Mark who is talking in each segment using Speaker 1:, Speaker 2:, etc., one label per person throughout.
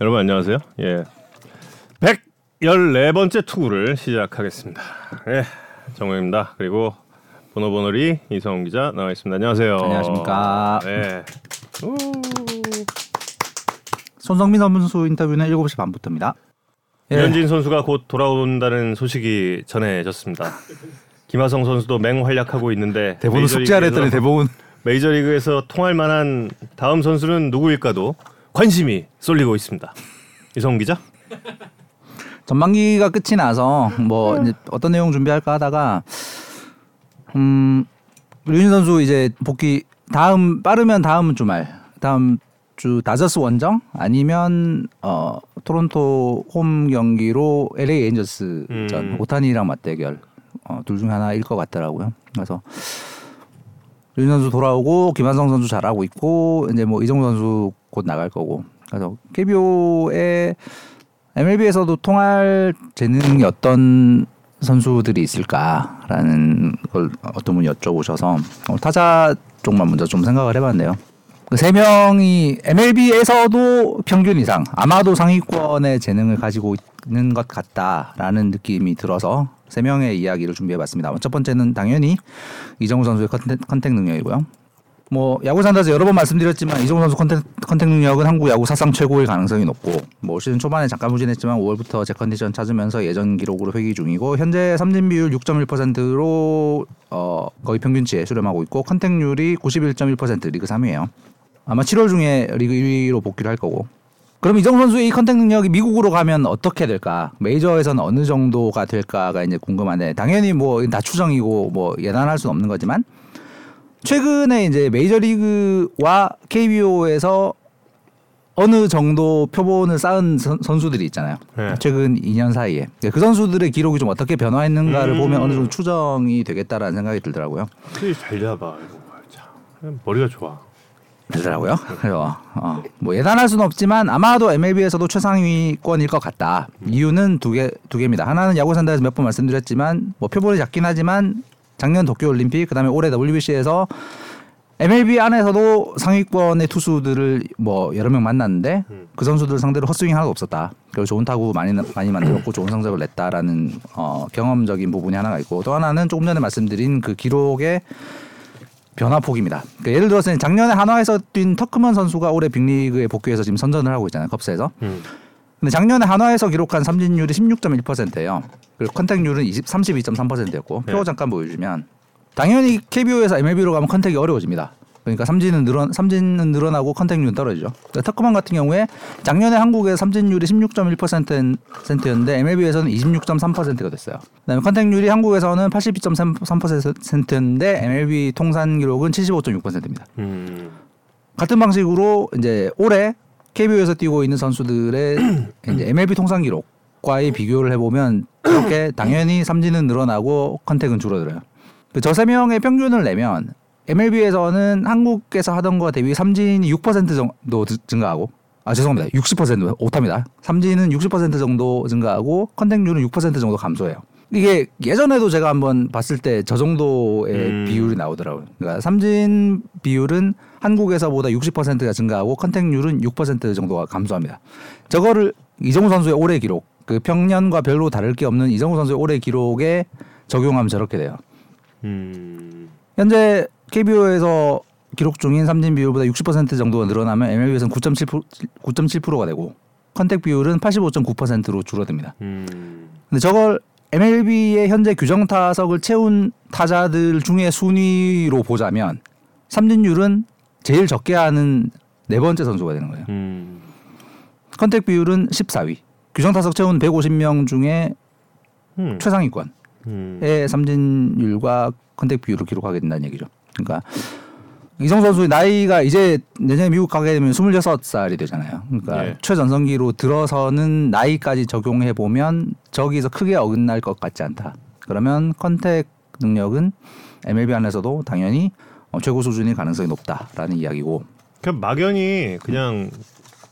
Speaker 1: 여러분 안녕하세요. 예. 114번째 투구를 시작하겠습니다. 예. 정우입니다. 그리고 보노보노리 이성훈 기자 나와 있습니다. 안녕하세요.
Speaker 2: 안녕하십니까.
Speaker 1: 예. 우.
Speaker 2: 손성민 선수 인터뷰는 7시 반부터입니다. 예.
Speaker 1: 유현진 선수가 곧 돌아온다는 소식이 전해졌습니다. 김하성 선수도 맹활약하고 있는데
Speaker 3: 대본을 숙제하라 했더니
Speaker 1: 메이저리그에서-
Speaker 3: 대본
Speaker 1: 메이저리그에서 통할 만한 다음 선수는 누구일까도 관심이 쏠리고 있습니다. 이성훈 기자?
Speaker 2: 전반기가 끝이 나서 뭐 이제 어떤 내용 준비할까 하다가 음 류진 선수 이제 복귀 다음 빠르면 다음 주말 다음 주 다저스 원정 아니면 어 토론토 홈 경기로 LA 엔저스
Speaker 1: 음.
Speaker 2: 전 오타니랑 맞대결 어, 둘 중에 하나일 것 같더라고요. 그래서 류진 선수 돌아오고 김한성 선수 잘하고 있고 이제 뭐 이정우 선수 곧 나갈 거고 그래서 KBO의 MLB에서도 통할 재능이 어떤 선수들이 있을까라는 걸 어떤 분이 여쭤보셔서 어, 타자 쪽만 먼저 좀 생각을 해봤네요. 그세 명이 MLB에서도 평균 이상 아마도 상위권의 재능을 가지고 있는 것 같다라는 느낌이 들어서 세 명의 이야기를 준비해봤습니다. 첫 번째는 당연히 이정우 선수의 컨택, 컨택 능력이고요. 뭐 야구 산다에서 여러 번 말씀드렸지만 이종우 선수 컨택, 컨택 능력은 한국 야구 사상 최고일 가능성이 높고 뭐 시즌 초반에 잠깐 부진했지만 5월부터 제 컨디션 찾으면서 예전 기록으로 회귀 중이고 현재 삼진 비율 6.1%로 어, 거의 평균치에 수렴하고 있고 컨택률이 91.1% 리그 3위예요. 아마 7월 중에 리그 1위로 복귀를 할 거고. 그럼 이정우 선수의 이 컨택 능력이 미국으로 가면 어떻게 될까? 메이저에서는 어느 정도가 될까가 이제 궁금한데 당연히 뭐 다 추정이고 뭐 예단할 수는 없는 거지만 최근에 이제 메이저리그와 KBO에서 어느 정도 표본을 쌓은 선, 수들이 있잖아요.
Speaker 1: 네.
Speaker 2: 최근 2년 사이에 그 선수들의 기록이 좀 어떻게 변화했는가를
Speaker 1: 음.
Speaker 2: 보면 어느 정도 추정이 되겠다라는 생각이 들더라고요.
Speaker 1: 되게 잘 잡아 이거 뭐야, 참. 머리가 좋아.
Speaker 2: 되더라고요. 그래서 어, 뭐 예단할 수는 없지만 아마도 MLB에서도 최상위권일 것 같다. 이유는 두 개 두 개입니다. 하나는 야구 산다에서 몇 번 말씀드렸지만 뭐 표본이 작긴 하지만 작년 도쿄 올림픽 그다음에 올해 WBC에서 MLB 안에서도 상위권의 투수들을 뭐 여러 명 만났는데 그 선수들 상대로 헛스윙 하나도 없었다. 그리고 좋은 타구 많이 많이 만들었고 좋은 성적을 냈다라는 어, 경험적인 부분이 하나가 있고 또 하나는 조금 전에 말씀드린 그 기록의 변화폭입니다. 그러니까 예를 들어서 작년에 한화에서 뛴 터크먼 선수가 올해 빅리그에 복귀해서 지금 선전을 하고 있잖아요. 컵스에서.
Speaker 1: 음.
Speaker 2: 근데 작년에 한화에서 기록한 삼진율이 16.1%예요. 그리고 컨택률은 20, 32.3%였고
Speaker 1: 네.
Speaker 2: 표 잠깐 보여주면 당연히 KBO에서 MLB로 가면 컨택이 어려워집니다. 그러니까 삼진은 늘어 삼진은 늘어나고 컨택률은 떨어지죠. 그러니까 터크만 같은 경우에 작년에 한국의 삼진율이 16.1%였는데 MLB에서는 26.3%가 됐어요. 그다음에 컨택률이 한국에서는 82.3%였는데 MLB 통산 기록은 75.6%입니다.
Speaker 1: 음.
Speaker 2: 같은 방식으로 이제 올해 KBO에서 뛰고 있는 선수들의 이제 MLB 통산 기록과의 비교를 해보면 그렇게 당연히 삼진은 늘어나고 컨택은 줄어들어요. 그 저 세 명의 평균을 내면 MLB에서는 한국에서 하던 거 대비 삼진이 6% 정도 드- 증가하고 아 죄송합니다 60% 오타입니다. 삼진은 60% 정도 증가하고 컨택률은 6% 정도 감소해요. 이게 예전에도 제가 한번 봤을 때 저 정도의
Speaker 1: 음.
Speaker 2: 비율이 나오더라고요. 그러니까 삼진 비율은 한국에서보다 60%가 증가하고 컨택률은 6% 정도가 감소합니다. 저거를 이정우 선수의 올해 기록, 그 평년과 별로 다를 게 없는 이정우 선수의 올해 기록에 적용하면 저렇게 돼요.
Speaker 1: 음.
Speaker 2: 현재 KBO에서 기록 중인 삼진 비율보다 60% 정도가 늘어나면 MLB에서는 9.7% 9.7%가 되고 컨택 비율은 85.9%로 줄어듭니다.
Speaker 1: 음.
Speaker 2: 근데 저걸 MLB의 현재 규정 타석을 채운 타자들 중에 순위로 보자면 삼진율은 제일 적게 하는 네 번째 선수가 되는 거예요.
Speaker 1: 음.
Speaker 2: 컨택 비율은 14위. 규정 타석 채운 150명 중에
Speaker 1: 음.
Speaker 2: 최상위권.
Speaker 1: 음.
Speaker 2: 의 예, 삼진율과 컨택 비율을 기록하게 된다는 얘기죠. 그러니까 이성 선수의 나이가 이제 내년에 미국 가게 되면 26살이 되잖아요. 그러니까
Speaker 1: 예.
Speaker 2: 최전성기로 들어서는 나이까지 적용해 보면 저기서 크게 어긋날 것 같지 않다. 그러면 컨택 능력은 MLB 안에서도 당연히 어, 최고 수준일 가능성이 높다라는 이야기고
Speaker 1: 그냥 막연히 그냥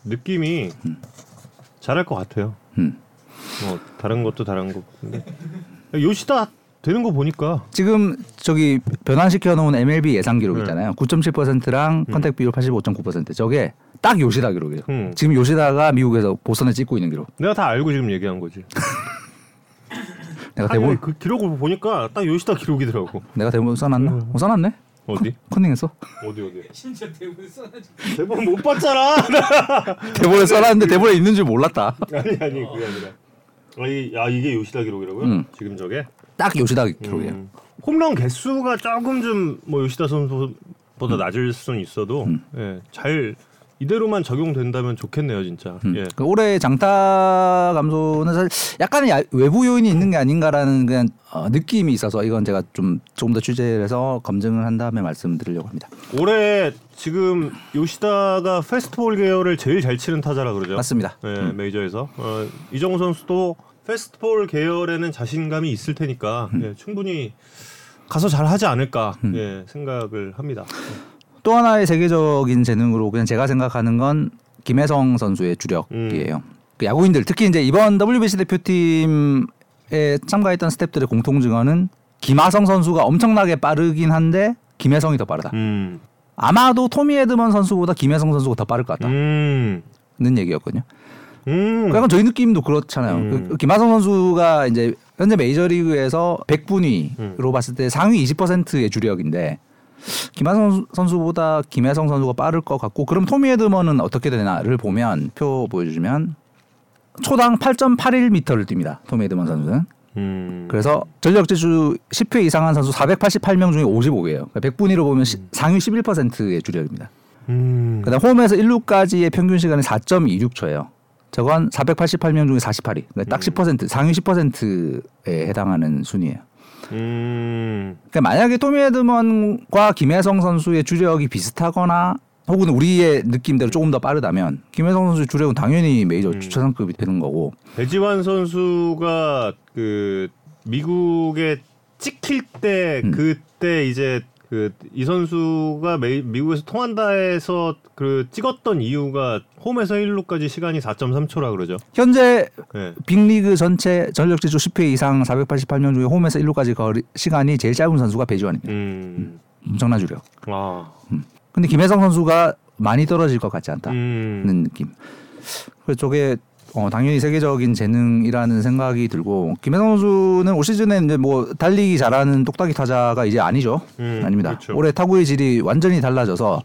Speaker 1: 느낌이 잘할 것 같아요.
Speaker 2: 음.
Speaker 1: 뭐 다른 것도 다른 거. 요시다 되는 거 보니까
Speaker 2: 지금 저기 변환시켜 놓은 MLB 예상 기록
Speaker 1: 네.
Speaker 2: 있잖아요. 9.7%랑 컨택 비율 85.9%. 저게 딱 요시다 기록이에요.
Speaker 1: 음.
Speaker 2: 지금 요시다가 미국에서 보선을 찍고 있는 기록.
Speaker 1: 내가 다 알고 지금 얘기한 거지. 아니,
Speaker 2: 내가 아, 대본
Speaker 1: 그 기록을 보니까 딱 요시다 기록이더라고.
Speaker 2: 내가 대본 써놨나? 어, 써놨네.
Speaker 1: 음. 어디?
Speaker 2: 컨닝했어.
Speaker 1: 어디 어디?
Speaker 3: 심지어 대본 써가지고
Speaker 1: 대본 못 봤잖아.
Speaker 2: 대본에 써놨는데 대본에 있는 줄 몰랐다.
Speaker 1: 아니 아니 그게 아니라. 아니 야 이게 요시다 기록이라고요?
Speaker 2: 음.
Speaker 1: 지금 저게?
Speaker 2: 딱 요시다 기록이에요.
Speaker 1: 음. 홈런 개수가 조금 좀 뭐 요시다
Speaker 2: 음.
Speaker 1: 선수보다 낮을 수는 있어도 예, 잘 이대로만 적용된다면 좋겠네요 진짜.
Speaker 2: 음.
Speaker 1: 예.
Speaker 2: 그 올해 장타 감소는 사실 약간의 야- 외부 요인이 있는 게 아닌가라는 그냥 어, 느낌이 있어서 이건 제가 좀 조금 더 취재를 해서 검증을 한 다음에 말씀드리려고 합니다.
Speaker 1: 올해 지금 요시다가 페스트볼 계열을 제일 잘 치는 타자라 그러죠.
Speaker 2: 맞습니다. 음.
Speaker 1: 예, 메이저에서 어, 이정우 선수도 페스트볼 계열에는 자신감이 있을 테니까
Speaker 2: 음.
Speaker 1: 예, 충분히 가서 잘 하지 않을까 예, 생각을 합니다.
Speaker 2: 또 하나의 세계적인 재능으로 그냥 제가 생각하는 건 김혜성 선수의 주력이에요.
Speaker 1: 음.
Speaker 2: 그 야구인들 특히 이제 이번 WBC 대표팀에 참가했던 스태프들의 공통 증언은 김하성 선수가 엄청나게 빠르긴 한데 김혜성이 더 빠르다.
Speaker 1: 음,
Speaker 2: 아마도 토미 에드먼 선수보다 김혜성 선수가 더 빠를 것 같다는
Speaker 1: 음,
Speaker 2: 얘기였거든요.
Speaker 1: 음,
Speaker 2: 그러니까 약간 저희 느낌도 그렇잖아요.
Speaker 1: 음.
Speaker 2: 그 김하성 선수가 이제 현재 메이저리그에서 100분위로 봤을 때 상위 20%의 주력인데 김하성 선수보다 김혜성 선수가 빠를 것 같고 그럼 토미 헤드먼은 어떻게 되나를 보면 표 보여주면 초당 8.81m를 뜁니다. 토미 헤드먼 선수는.
Speaker 1: 음.
Speaker 2: 그래서 전력 제주 10회 이상한 선수 488명 중에 55개예요. 그러니까 100분위로 보면 시- 상위 11%의 주력입니다.
Speaker 1: 음.
Speaker 2: 그다음 홈에서 1루까지의 평균 시간이 4.26초예요. 저건 488명 중에 48위. 그러니까 딱 10%, 상위 10%에 해당하는 순이에요.
Speaker 1: 음.
Speaker 2: 그러니까 만약에 토미 헤드먼과 김혜성 선수의 주력이 비슷하거나 혹은 우리의 느낌대로 조금 더 빠르다면 김혜성 선수의 주력은 당연히 메이저 주차상급이 되는 거고
Speaker 1: 배지환 선수가 그 미국에 찍힐 때
Speaker 2: 음.
Speaker 1: 그때 이제 그 이 선수가 메, 미국에서 통한다에서 그 찍었던 이유가 홈에서 1루까지 시간이 4.3초라 그러죠.
Speaker 2: 현재
Speaker 1: 예.
Speaker 2: 빅리그 전체 전력 제조 10회 이상 488명 중에 홈에서 1루까지 거리 시간이 제일 짧은 선수가 배지원입니다.
Speaker 1: 음.
Speaker 2: 엄청난 주력.
Speaker 1: 아.
Speaker 2: 근데 김혜성 선수가 많이 떨어질 것 같지 않다.
Speaker 1: 음.
Speaker 2: 는 느낌. 그 저게 어, 당연히 세계적인 재능이라는 생각이 들고 김혜성 선수는 올 시즌에 이제 뭐 달리기 잘하는 똑딱이 타자가 이제 아니죠.
Speaker 1: 음,
Speaker 2: 아닙니다.
Speaker 1: 그렇죠.
Speaker 2: 올해 타구의 질이 완전히 달라져서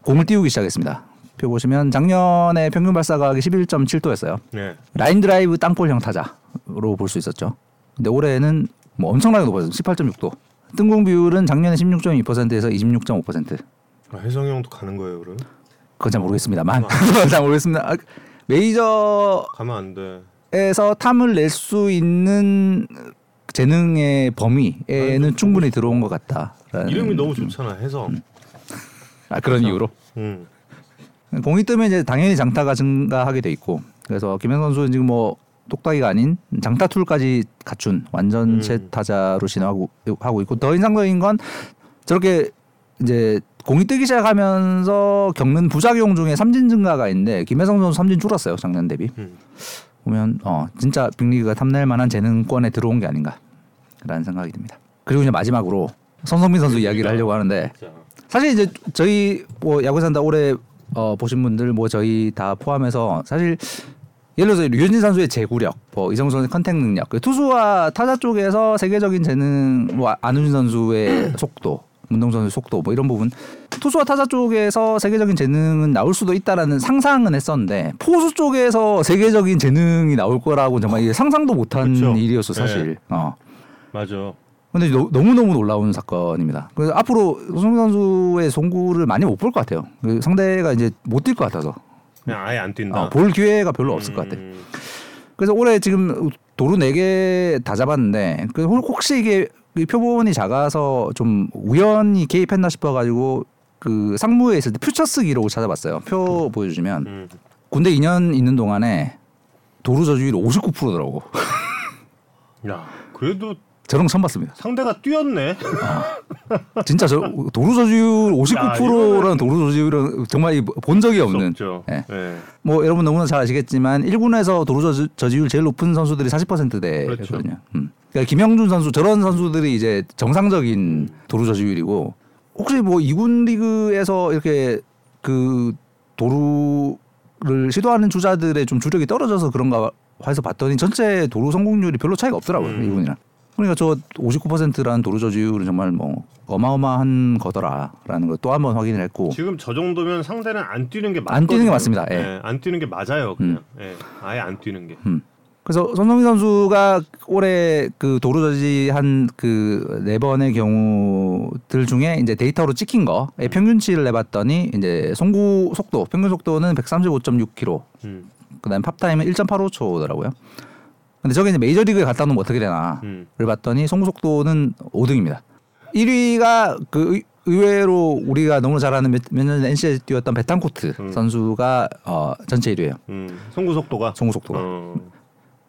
Speaker 2: 공을 띄우기 시작했습니다. 표 보시면 작년에 평균 발사각이 11.7도였어요.
Speaker 1: 네.
Speaker 2: 라인 드라이브 땅볼형 타자로 볼 수 있었죠. 근데 올해는 뭐 엄청나게 높아졌어요. 18.6도. 뜬공 비율은 작년에 16.2%에서 26.5%.
Speaker 1: 아, 혜성이 형도 가는 거예요, 그럼?
Speaker 2: 그건 잘 모르겠습니다만. 잘 모르겠습니다. 아, 메이저
Speaker 1: 가면 안 돼.
Speaker 2: 에서 탐을 낼 수 있는 재능의 범위에는 충분히 들어온 것 같다.
Speaker 1: 이름이
Speaker 2: 음.
Speaker 1: 너무 좋잖아, 혜성.
Speaker 2: 아 그런 이유로
Speaker 1: 음.
Speaker 2: 공이 뜨면 이제 당연히 장타가 증가하게 돼 있고 그래서 김현 선수는 지금 뭐 똑딱이가 아닌 장타 툴까지 갖춘 완전체
Speaker 1: 음.
Speaker 2: 타자로 진화하고 하고 있고 더 인상적인 건 저렇게 이제 공이 뜨기 시작하면서 겪는 부작용 중에 삼진 증가가 있는데 김혜성 선수 삼진 줄었어요 작년 대비
Speaker 1: 음.
Speaker 2: 보면 어 진짜 빅리그가 탐낼 만한 재능권에 들어온 게 아닌가라는 생각이 듭니다. 그리고 이제 마지막으로 손성민 선수 이야기를 하려고 하는데
Speaker 1: 자.
Speaker 2: 사실 이제 저희 뭐 야구산다 올해 어, 보신 분들 뭐 저희 다 포함해서 사실 예를 들어서 류현진 선수의 제구력, 뭐 이성우 선수의 컨택 능력, 그 투수와 타자 쪽에서 세계적인 재능, 뭐 아- 안우진 선수의 속도, 문동 선수의 속도, 뭐 이런 부분 투수와 타자 쪽에서 세계적인 재능은 나올 수도 있다라는 상상은 했었는데 포수 쪽에서 세계적인 재능이 나올 거라고 정말 이게 상상도 못한
Speaker 1: 그쵸. 네.
Speaker 2: 일이었어 사실. 어.
Speaker 1: 맞아.
Speaker 2: 근데 너, 무너무 놀라운 사건입니다. 그래서 앞으로 손흥민 선수의 송구를 많이 못 볼 것 같아요. 그 상대가 이제 못 뛸 것 같아서
Speaker 1: 그냥 아예 안 뛴다.
Speaker 2: 어, 볼 기회가 별로 없을 것 같아요.
Speaker 1: 음.
Speaker 2: 그래서 올해 지금 도루 4개 다 잡았는데 그 혹- 혹시 이게 이 표본이 작아서 좀 우연히 개입했나 싶어가지고 그 상무에 있을 때 퓨처스 기록을 찾아봤어요. 표 보여주면
Speaker 1: 음.
Speaker 2: 군대 2년 있는 동안에 도루 저주율 59%더라고.
Speaker 1: 야, 그래도
Speaker 2: 저런 거 처음 봤습니다.
Speaker 1: 상대가 뛰었네.
Speaker 2: 진짜 저 도루 저지율 59%라는 도루 저지율은 정말 이본 적이 없는.
Speaker 1: 없죠.
Speaker 2: 예.
Speaker 1: 예.
Speaker 2: 뭐 여러분 너무나 잘 아시겠지만 1군에서 도루 저지, 저지율 제일 높은 선수들이 40%대거든요.
Speaker 1: 그렇죠.
Speaker 2: 음. 그러니까 김영준 선수 저런 선수들이 이제 정상적인 도루 저지율이고 혹시 뭐 이군 리그에서 이렇게 그 도루를 시도하는 주자들의 좀 주력이 떨어져서 그런가 해서 봤더니 전체 도루 성공률이 별로 차이가 없더라고요
Speaker 1: 음.
Speaker 2: 이군이랑. 그러니까 저 59%라는 도루 저지율은 정말 뭐 어마어마한 거더라라는 걸 또 한 번 확인을 했고
Speaker 1: 지금 저 정도면 상대는 안 뛰는 게 맞거든요. 네,
Speaker 2: 안 뛰는 게 맞습니다. 예. 음.
Speaker 1: 안 뛰는 게 맞아요. 그냥 예, 아예 안 뛰는 게.
Speaker 2: 그래서 손흥민 선수가 올해 그 도루 저지한 그 네 번의 경우들 중에 이제 데이터로 찍힌
Speaker 1: 음.
Speaker 2: 거의 예, 평균치를 내봤더니 이제 송구 속도 평균 속도는 135.6km
Speaker 1: 음,
Speaker 2: 그다음에 팝타임은 1.85초더라고요. 근데 저게 이제 메이저리그에 갔다 오면 어떻게 되나를
Speaker 1: 음.
Speaker 2: 봤더니 송구 속도는 5등입니다. 1위가 그 의- 의외로 우리가 너무 잘 아는 몇 년 전에 NC에 뛰었던 베탄코트
Speaker 1: 음.
Speaker 2: 선수가 어, 전체 1위예요.
Speaker 1: 음. 송구 속도가.
Speaker 2: 송구 속도가.
Speaker 1: 어,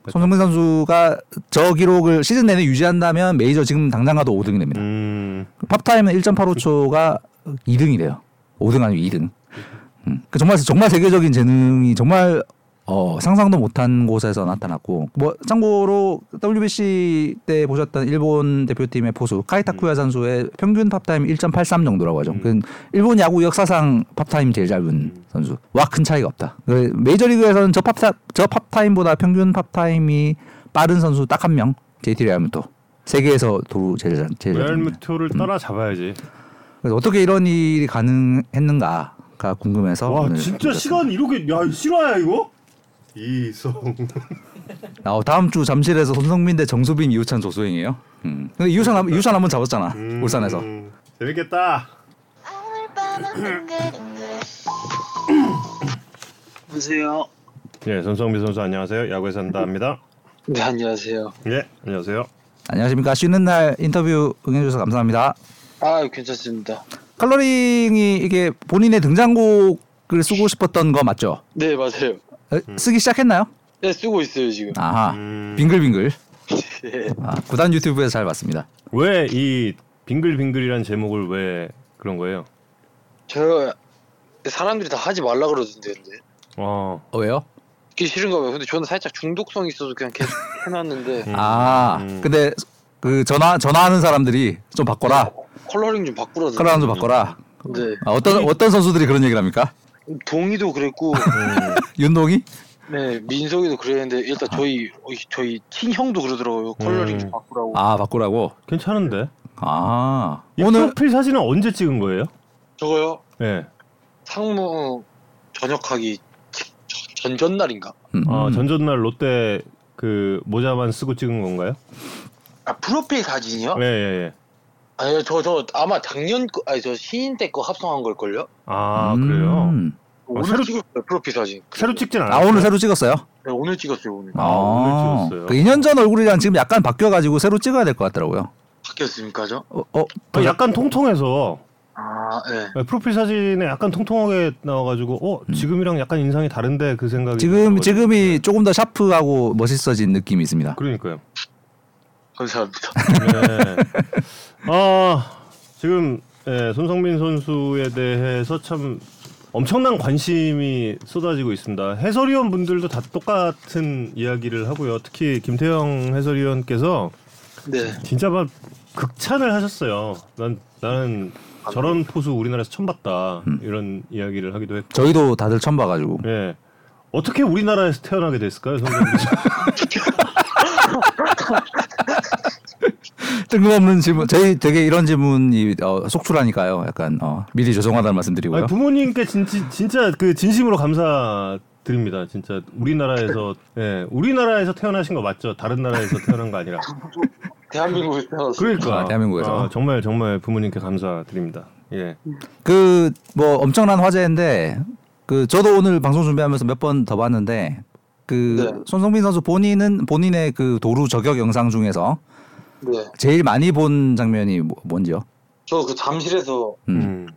Speaker 2: 손흥민 선수가 저 기록을 시즌 내내 유지한다면 메이저 지금 당장 가도 5등이 됩니다.
Speaker 1: 음,
Speaker 2: 팝타임은
Speaker 1: 그렇죠.
Speaker 2: 1.85초가 2등이 돼요. 5등 아니면 2등. 음. 그 정말 정말 세계적인 재능이 정말 어, 상상도 못한 곳에서 나타났고 뭐 참고로 WBC 때 보셨던 일본 대표팀의 포수
Speaker 1: 음.
Speaker 2: 카이타쿠야 선수의 평균 팝타임 1.83 정도라고 하죠. 그 일본 야구 역사상 팝타임 제일 짧은
Speaker 1: 음.
Speaker 2: 선수. 와 큰 차이가 없다. 그 메이저리그에서는 저 팝타 저 팝타임보다 평균 팝타임이 빠른 선수 딱 한 명. JT 레알무토. 세계에서 도루 제일 잘- 제일 잘 잡는.
Speaker 1: 뭐, 레알무토를 따라 잡아야지.
Speaker 2: 그래서 어떻게 이런 일이 가능했는가가 궁금해서
Speaker 1: 와
Speaker 2: 오늘
Speaker 1: 진짜
Speaker 2: 가져왔습니다.
Speaker 1: 시간 이렇게 야 실화야 이거? 이송
Speaker 2: 아, 다음 주 잠실에서 손성민 대 정수빈 이우찬 조소행이에요. 음. 근데 이우찬 한- 이우찬 한번 잡았잖아 울산에서.
Speaker 1: 음, 재밌겠다.
Speaker 3: 오늘 밤은 둥글둥글
Speaker 4: 안녕하세요.
Speaker 1: 예, 전성미 선수 안녕하세요. 야구에서 한다합니다.
Speaker 4: 네, 안녕하세요.
Speaker 1: 예, 안녕하세요.
Speaker 2: 안녕하십니까 쉬는 날 인터뷰 응해주셔서 감사합니다.
Speaker 4: 아, 괜찮습니다.
Speaker 2: 컬러링이 이게 본인의 등장곡을 쓰고 싶었던 거 맞죠?
Speaker 4: 네, 맞아요.
Speaker 2: 에, 쓰기 시작했나요?
Speaker 4: 네, 쓰고 있어요, 지금.
Speaker 2: 아하
Speaker 1: 음.
Speaker 2: 빙글빙글.
Speaker 4: 네.
Speaker 2: 아, 구단 유튜브에서 잘 봤습니다.
Speaker 1: 왜 이 빙글빙글이란 제목을 왜 그런 거예요?
Speaker 4: 저 사람들이 다 하지 말라 그러던데. 근데.
Speaker 1: 어,
Speaker 2: 어, 왜요?
Speaker 4: 그게 싫은가 봐요. 근데 저는 살짝 중독성이 있어서 그냥 계속 해놨는데
Speaker 2: 아
Speaker 1: 음.
Speaker 2: 근데 그 전화 전화하는 사람들이 좀 바꿔라
Speaker 4: 네. 컬러링 좀 바꾸라던데.
Speaker 2: 컬러랑 좀 바꿔라.
Speaker 4: 네.
Speaker 2: 아, 어떤 어떤 선수들이 그런 얘기를 합니까?
Speaker 4: 동희도 그랬고,
Speaker 2: 윤동이?
Speaker 4: 네, 민석이도 그랬는데 일단 저희 어, 저희 친형도 그러더라고요. 컬러링
Speaker 1: 음.
Speaker 4: 좀 바꾸라고.
Speaker 2: 아 바꾸라고.
Speaker 1: 괜찮은데?
Speaker 2: 아
Speaker 1: 이
Speaker 2: 오늘
Speaker 1: 프로필 사진은 언제 찍은 거예요?
Speaker 4: 저거요.
Speaker 1: 예,
Speaker 4: 상무 전역하기 직- 전- 전전날인가?
Speaker 2: 음,
Speaker 1: 아 전전날 롯데 그 모자만 쓰고 찍은 건가요?
Speaker 4: 아 프로필 사진이요?
Speaker 1: 예, 예, 예.
Speaker 4: 아니요, 저, 저, 아마 작년, 거, 아니, 저 신인 때 거 합성한 걸걸요?
Speaker 1: 아 그래요?
Speaker 2: 음.
Speaker 4: 오늘
Speaker 1: 새로-
Speaker 4: 찍었어요, 프로필 사진.
Speaker 1: 새로 찍진
Speaker 2: 아
Speaker 1: 않았어요.
Speaker 2: 오늘 새로 찍었어요?
Speaker 4: 네, 오늘 찍었어요, 오늘.
Speaker 1: 아, 오늘 찍었어요.
Speaker 2: 그 2년 전 얼굴이랑 지금 약간 바뀌어가지고 새로 찍어야 될 것 같더라고요.
Speaker 4: 바뀌었습니까, 저?
Speaker 2: 어, 어
Speaker 1: 아, 약간 통통해서
Speaker 4: 아, 예.
Speaker 1: 예, 프로필 사진에 약간 통통하게 나와가지고 어 지금이랑 약간 인상이 다른데 그 생각이
Speaker 2: 지금
Speaker 1: 들어가지고. 네.
Speaker 2: 지금이 조금 더 샤프하고 멋있어진 느낌이 있습니다.
Speaker 1: 그러니까요.
Speaker 4: 감사합니다.
Speaker 1: 네. 아 지금 예, 손성민 선수에 대해서 참 엄청난 관심이 쏟아지고 있습니다. 해설위원 분들도 다 똑같은 이야기를 하고요. 특히 김태형 해설위원께서
Speaker 4: 네.
Speaker 1: 진짜 막 극찬을 하셨어요. 난 나는 저런 포수 우리나라에서 처음 봤다 이런 이야기를 하기도 했고.
Speaker 2: 저희도 다들 처음 봐가지고
Speaker 1: 예. 어떻게 우리나라에서 태어나게 됐을까요, 성민
Speaker 2: 뜬금없는 질문. 저희 되게 이런 질문이 어, 속출하니까요. 약간 어, 미리 죄송하다는 말씀드리고요.
Speaker 1: 아니, 부모님께 진짜 진짜 그 진심으로 감사드립니다. 진짜 우리나라에서 예, 우리나라에서 태어나신 거 맞죠? 다른 나라에서 태어난 거 아니라.
Speaker 4: 대한민국에 태어났어요.
Speaker 1: 그러니까
Speaker 2: 아, 대한민국에서.
Speaker 1: 아, 정말 정말 부모님께 감사드립니다. 예.
Speaker 2: 그 뭐 엄청난 화제인데 그 저도 오늘 방송 준비하면서 몇 번 더 봤는데 그
Speaker 4: 네.
Speaker 2: 손성민 선수 본인은 본인의 그 도루 저격 영상 중에서
Speaker 4: 네.
Speaker 2: 제일 많이 본 장면이 뭐- 뭔지요?
Speaker 4: 저 그 잠실에서
Speaker 2: 음.
Speaker 1: 음.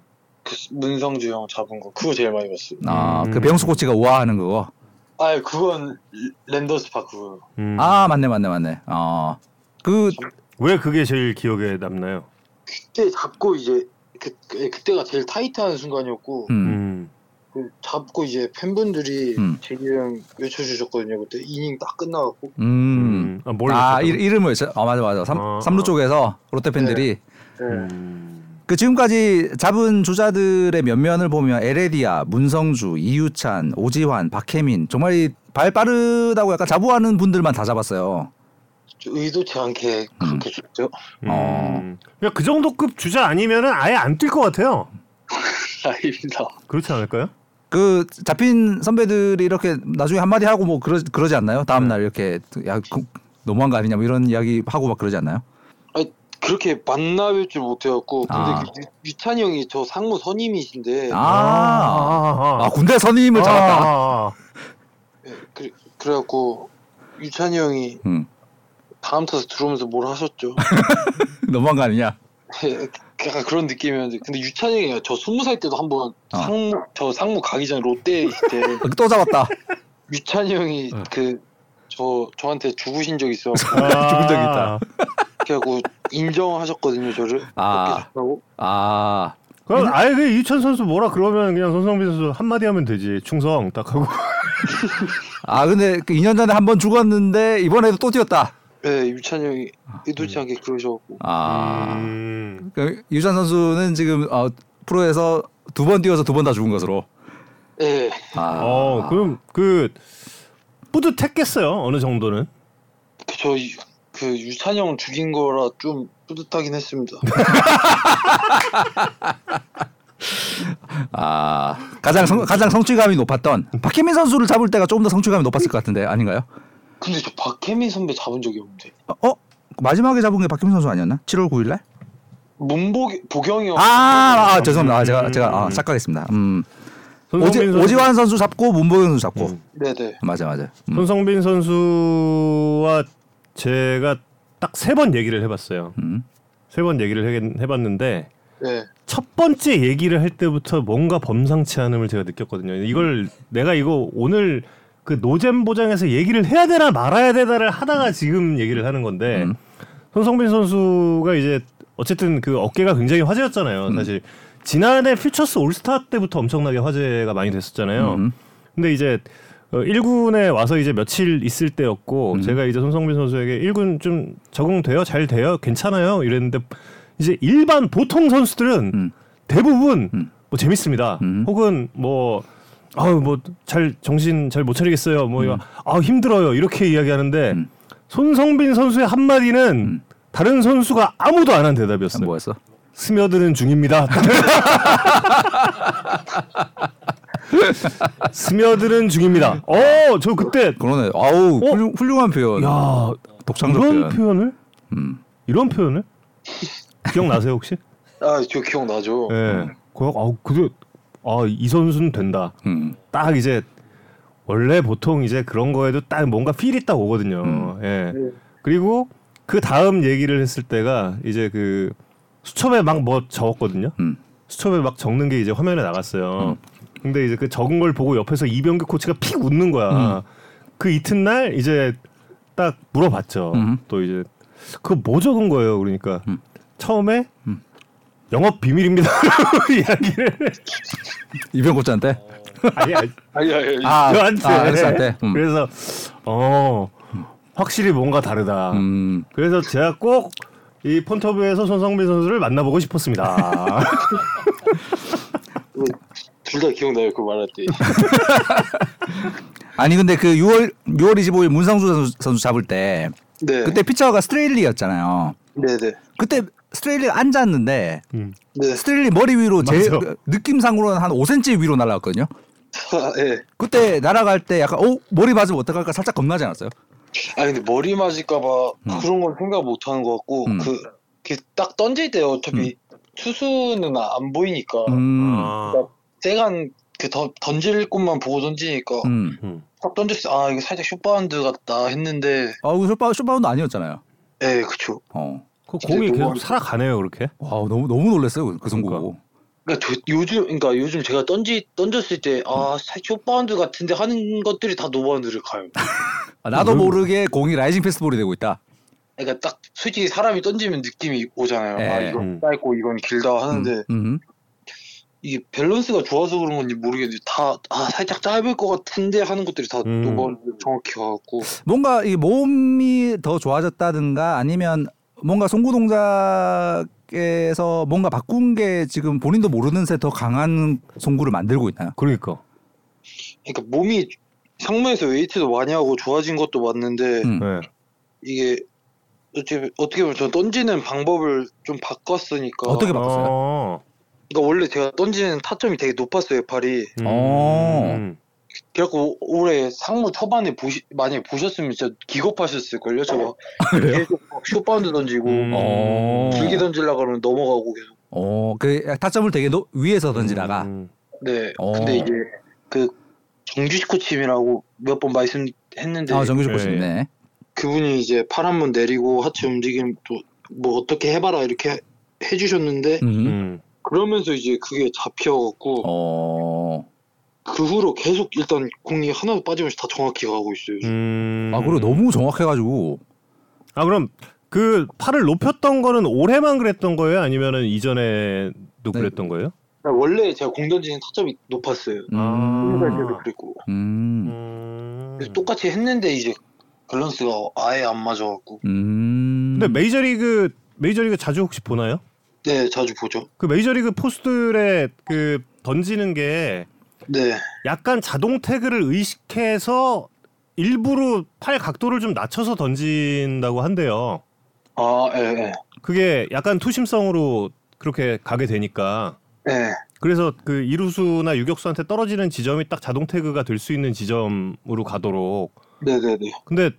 Speaker 4: 그 문성주 형 잡은 거, 그거 제일 많이 봤어요.
Speaker 2: 아,
Speaker 1: 음.
Speaker 2: 그 배영수 코치가 우아하는 그거.
Speaker 4: 아, 예, 그건 랜더스 파크.
Speaker 1: 음.
Speaker 2: 아, 맞네, 맞네, 맞네. 어. 그
Speaker 1: 왜 그게 제일 기억에 남나요?
Speaker 4: 그때 잡고 이제, 그, 그- 그때가 제일 타이트한 순간이었고,
Speaker 2: 음.
Speaker 1: 음.
Speaker 4: 그 잡고 이제 팬분들이
Speaker 2: 음.
Speaker 4: 지금 외쳐주셨거든요. 그때 이닝 딱 끝나갖고.
Speaker 2: 음.
Speaker 1: 아, 뭘
Speaker 2: 아
Speaker 1: 했었죠?
Speaker 2: 이, 이름을 저- 아 맞아 맞아 삼,
Speaker 1: 어.
Speaker 2: 삼루 쪽에서 롯데 팬들이
Speaker 4: 네.
Speaker 1: 음.
Speaker 2: 그 지금까지 잡은 주자들의 면면을 보면 에레디아, 문성주, 이유찬, 오지환, 박혜민 정말 이 발 빠르다고 약간 자부하는 분들만 다 잡았어요.
Speaker 4: 좀 의도치 않게 그렇게
Speaker 2: 음.
Speaker 4: 줬죠.
Speaker 2: 어.
Speaker 1: 그냥 그 정도급 주자 아니면은 아예 안 뛸 것 같아요.
Speaker 4: 아닙니다.
Speaker 1: 그렇지 않을까요?
Speaker 2: 그 잡힌 선배들이 이렇게 나중에 한마디 하고 뭐 그러, 그러지 않나요? 다음
Speaker 1: 네.
Speaker 2: 날 이렇게 야 그, 너무한 거 아니냐 뭐 이런 이야기 하고 막 그러지 않나요?
Speaker 4: 아니, 그렇게 만나뵙질 못해갖고 근데
Speaker 2: 아.
Speaker 4: 그 유, 찬이 형이 저 상무 선임이신데
Speaker 2: 아, 아,
Speaker 1: 네. 아,
Speaker 2: 군대 선임을 잡았다.
Speaker 1: 아, 아.
Speaker 4: 예, 그, 래갖고 유찬이 형이
Speaker 2: 음,
Speaker 4: 다음 타서 들어오면서 뭘 하셨죠?
Speaker 2: 너무한 거 아니냐?
Speaker 4: 예, 약간 그런 느낌이었는데 근데 유찬이 형이 저 스무 살 때도 한번
Speaker 2: 어.
Speaker 4: 상무 저 상무 가기 전에 롯데 있을 때
Speaker 2: 어, 또 잡았다.
Speaker 4: 유찬이 형이
Speaker 1: 어.
Speaker 4: 그 저 저한테 주부신 적
Speaker 1: 아,
Speaker 4: 있어
Speaker 2: 죽은 적이 있다.
Speaker 4: 그래갖고 인정하셨거든요 저를
Speaker 2: 아.
Speaker 4: 어깨 좋다고
Speaker 2: 아,
Speaker 1: 그럼 아예 그 이천 선수 뭐라 그러면 그냥 손성빈 선수 한 마디 하면 되지. 충성 딱 하고.
Speaker 2: 아 근데 그 2년 전에 한 번 죽었는데 이번에도 또 뛰었다.
Speaker 4: 예 유찬이 형이 의도치 않게
Speaker 2: 음.
Speaker 4: 그러셔갖고
Speaker 2: 아.
Speaker 1: 음.
Speaker 2: 그 유찬 선수는 지금 어, 프로에서 두 번 뛰어서 두 번 다 죽은 것으로.
Speaker 4: 예
Speaker 2: 아,
Speaker 1: 어, 그럼 그 뿌듯했겠어요. 어느 정도는.
Speaker 4: 그 저 그 유찬이 형 죽인 거라 좀 뿌듯하긴 했습니다.
Speaker 2: 아, 가장 성, 가장 성취감이 높았던
Speaker 1: 음.
Speaker 2: 박혜민 선수를 잡을 때가 조금 더 성취감이 높았을 것 같은데 아닌가요?
Speaker 4: 근데 저 박혜민 선배 잡은 적이 없는데
Speaker 2: 어, 어? 마지막에 잡은 게 박혜민 선수 아니었나? 7월 9일 날?
Speaker 4: 문복 보경이 형.
Speaker 1: 어.
Speaker 2: 아, 아, 죄송합니다. 아, 제가 제가 아, 착각했습니다. 음. 오지,
Speaker 1: 손성빈 선수-
Speaker 2: 오지환 선수 잡고 문보경 선수 잡고.
Speaker 1: 음.
Speaker 4: 네네.
Speaker 2: 맞아 맞아. 음.
Speaker 1: 손성빈 선수와 제가 딱 세 번 얘기를 해봤어요.
Speaker 2: 음.
Speaker 1: 세 번 얘기를 해- 해봤는데
Speaker 4: 네.
Speaker 1: 첫 번째 얘기를 할 때부터 뭔가 범상치 않음을 제가 느꼈거든요. 이걸 내가 이거 오늘 그 노잼 보장에서 얘기를 해야 되나 말아야 되나를 하다가 지금 얘기를 하는 건데
Speaker 2: 음.
Speaker 1: 손성빈 선수가 이제 어쨌든 그 어깨가 굉장히
Speaker 2: 음.
Speaker 1: 화제였잖아요. 사실 지난해 퓨처스 올스타 때부터 엄청나게 화제가 많이 됐었잖아요.
Speaker 2: 음.
Speaker 1: 근데 이제 어, 1군에 와서 이제 며칠 있을 때였고
Speaker 2: 음.
Speaker 1: 제가 이제 손성빈 선수에게 1군 좀 적응돼요? 잘 돼요? 괜찮아요? 이랬는데 이제 일반 보통 선수들은
Speaker 2: 음.
Speaker 1: 대부분
Speaker 2: 음.
Speaker 1: 뭐 재밌습니다.
Speaker 2: 음.
Speaker 1: 혹은 뭐 아유 뭐 잘 정신 잘 못 차리겠어요. 뭐 이거 아 힘들어요. 이렇게 이야기하는데
Speaker 2: 음.
Speaker 1: 손성빈 선수의 한 마디는
Speaker 2: 음.
Speaker 1: 다른 선수가 아무도 안 한 대답이었어요.
Speaker 2: 뭐였어?
Speaker 1: 스며드는 중입니다. 스며드는 중입니다. 어, 저 그때
Speaker 2: 그러네. 아우 훌륭, 훌륭한 표현.
Speaker 1: 어? 야,
Speaker 2: 독창적
Speaker 1: 이런
Speaker 2: 표현.
Speaker 1: 표현을
Speaker 2: 음.
Speaker 1: 이런 표현을 기억나세요 혹시?
Speaker 4: 아, 저 기억나죠.
Speaker 2: 뭐, 네.
Speaker 1: 예. 그 아, 그래 아, 이 선수는 된다.
Speaker 2: 음.
Speaker 1: 딱 이제 원래 보통 이제 그런 거에도 딱 뭔가 필이 딱 오거든요. 예.
Speaker 4: 네.
Speaker 1: 그리고 그 다음 얘기를 했을 때가 이제 그 수첩에 막 뭐 적었거든요.
Speaker 2: 음.
Speaker 1: 수첩에 막 적는 게 이제 화면에 나갔어요. 근데 이제 그 적은 걸 보고 옆에서 이병규 코치가 픽 웃는 거야. 그 이튿날 이제 딱 물어봤죠.
Speaker 2: 음.
Speaker 1: 또 이제 그거 뭐 적은 거예요? 그러니까
Speaker 2: 음.
Speaker 1: 처음에 영업 비밀입니다. 이야기를
Speaker 2: 이병국 잔때.
Speaker 1: 아니, 아니
Speaker 4: 아니, 아니, 아니.
Speaker 2: 아,
Speaker 1: 저한테
Speaker 2: 아, 알렉스한테. 음.
Speaker 1: 그래서 어 확실히 뭔가 다르다.
Speaker 2: 음.
Speaker 1: 그래서 제가 꼭 이 폰터뷰에서 손성민 선수를 만나보고 싶었습니다.
Speaker 4: 둘 다 기억나요. 그 말할 때.
Speaker 2: 아니 근데 그 6월 6월 25일 문성주 선수, 선수 잡을 때
Speaker 4: 네.
Speaker 2: 그때 피처가 스트레일리였잖아요.
Speaker 4: 네네.
Speaker 2: 그때 스트레일리 앉았는데
Speaker 1: 음.
Speaker 4: 네.
Speaker 2: 스트레일리 머리 위로 제
Speaker 1: 맞아.
Speaker 2: 그 느낌상으로는 한 5cm 위로 날아갔거든요.
Speaker 4: 아, 예.
Speaker 2: 그때 날아갈 때 약간 어 머리 맞으면 어떡할까 살짝 겁나지 않았어요?
Speaker 4: 아, 근데 머리 맞을까봐 그런 건 생각 못 하는 것 같고,
Speaker 2: 음.
Speaker 4: 그, 그딱 던질 때 어차피 투수는 안 보이니까, 어.
Speaker 2: 음.
Speaker 1: 아.
Speaker 4: 세간 그 던, 던질 곳만 보고 던지니까,
Speaker 2: 음.
Speaker 4: 딱 던졌을 때, 아, 이거 살짝 슛바운드 같다 했는데,
Speaker 2: 아, 그 쇼파 쇼파운드 아니었잖아요.
Speaker 4: 예, 그쵸.
Speaker 2: 어.
Speaker 1: 그 공이
Speaker 4: 진짜
Speaker 1: 계속
Speaker 4: 너무-
Speaker 1: 살아가네요 그렇게.
Speaker 2: 와, 너무 너무 놀랐어요. 그 선고 보고.
Speaker 4: 그러니까 저- 요즘, 그러니까 요즘 제가 던지, 던졌을 때, 아, 살짝 슛바운드 같은데 하는 것들이 다 노바운드를 가요.
Speaker 2: 아, 나도
Speaker 1: 음.
Speaker 2: 모르게 공이 라이징 패스볼이 되고 있다.
Speaker 4: 그러니까 딱 솔직히 사람이 던지면 느낌이 오잖아요. 아
Speaker 2: 예.
Speaker 4: 이건
Speaker 1: 음.
Speaker 4: 아, 짧고 이건 길다
Speaker 2: 음.
Speaker 4: 하는데
Speaker 2: 음.
Speaker 4: 이게 밸런스가 좋아서 그런 건지 모르겠는데 다 아, 살짝 짧을 것 같은데 하는 것들이 다
Speaker 1: 음.
Speaker 4: 노반 정확히 가갖고
Speaker 2: 뭔가 이 몸이 더 좋아졌다든가 아니면 뭔가 송구 동작에서 뭔가 바꾼 게 지금 본인도 모르는 새 더 강한 송구를 만들고 있나요?
Speaker 1: 그러니까.
Speaker 4: 그러니까 몸이 상무에서 웨이트도 많이 하고 좋아진 것도 맞는데
Speaker 2: 음.
Speaker 1: 네.
Speaker 4: 이게 어떻게, 어떻게 보면 저 던지는 방법을 좀 바꿨으니까
Speaker 2: 어떻게 바꿨어요?
Speaker 1: 어.
Speaker 4: 그러니까 원래 제가 던지는 타점이 되게 높았어요 발이
Speaker 1: 음.
Speaker 2: 어.
Speaker 4: 그래갖고 오- 올해 상무 초반에 보시, 만약에 보셨으면 진짜 기겁하셨을걸요 저거
Speaker 2: 아,
Speaker 4: 계속 막 숏바운드 던지고
Speaker 1: 음.
Speaker 2: 어.
Speaker 4: 길게 던지려고 그러면 넘어가고 계속
Speaker 2: 어, 그 타점을 되게 높- 위에서 던지다가
Speaker 1: 음.
Speaker 4: 네
Speaker 2: 어.
Speaker 4: 근데 이제 그 정규식 코치님이라고 몇 번 말씀했는데
Speaker 2: 아, 정규직
Speaker 1: 예,
Speaker 2: 보시네.
Speaker 4: 그분이 이제 팔 한 번 내리고 하체 움직임 또 뭐 어떻게 해봐라 이렇게 해- 해주셨는데
Speaker 2: 음.
Speaker 1: 음.
Speaker 4: 그러면서 이제 그게 잡혀갖고
Speaker 2: 어.
Speaker 4: 그 후로 계속 일단 공이 하나도 빠짐없이 다 정확히 가고 있어요
Speaker 1: 음.
Speaker 2: 아, 그리고 너무 정확해 가지고
Speaker 1: 아 그럼 그 팔을 높였던 거는 올해만 그랬던 거예요? 아니면은 이전에도
Speaker 2: 네.
Speaker 1: 그랬던 거예요?
Speaker 4: 그러니까 원래 제가 공 던지는 타점이 높았어요
Speaker 1: 아.
Speaker 4: 스무 살
Speaker 2: 음.
Speaker 4: 때도 그랬고
Speaker 2: 음.
Speaker 1: 음.
Speaker 4: 그래서 똑같이 했는데 이제 밸런스가 아예 안 맞아갖고
Speaker 2: 음.
Speaker 1: 근데 메이저리그 메이저리그 자주 혹시 보나요?
Speaker 4: 네 자주 보죠
Speaker 1: 그 메이저리그 포수들의 그 던지는 게
Speaker 4: 네
Speaker 1: 약간 자동 태그를 의식해서 일부러 팔 각도를 좀 낮춰서 던진다고 한대요.
Speaker 4: 아, 예, 예.
Speaker 1: 그게 약간 투심성으로 그렇게 가게 되니까
Speaker 4: 예.
Speaker 1: 그래서 그 이루수나 유격수한테 떨어지는 지점이 딱 자동 태그가 될 수 있는 지점으로 가도록
Speaker 4: 네네네.
Speaker 1: 근데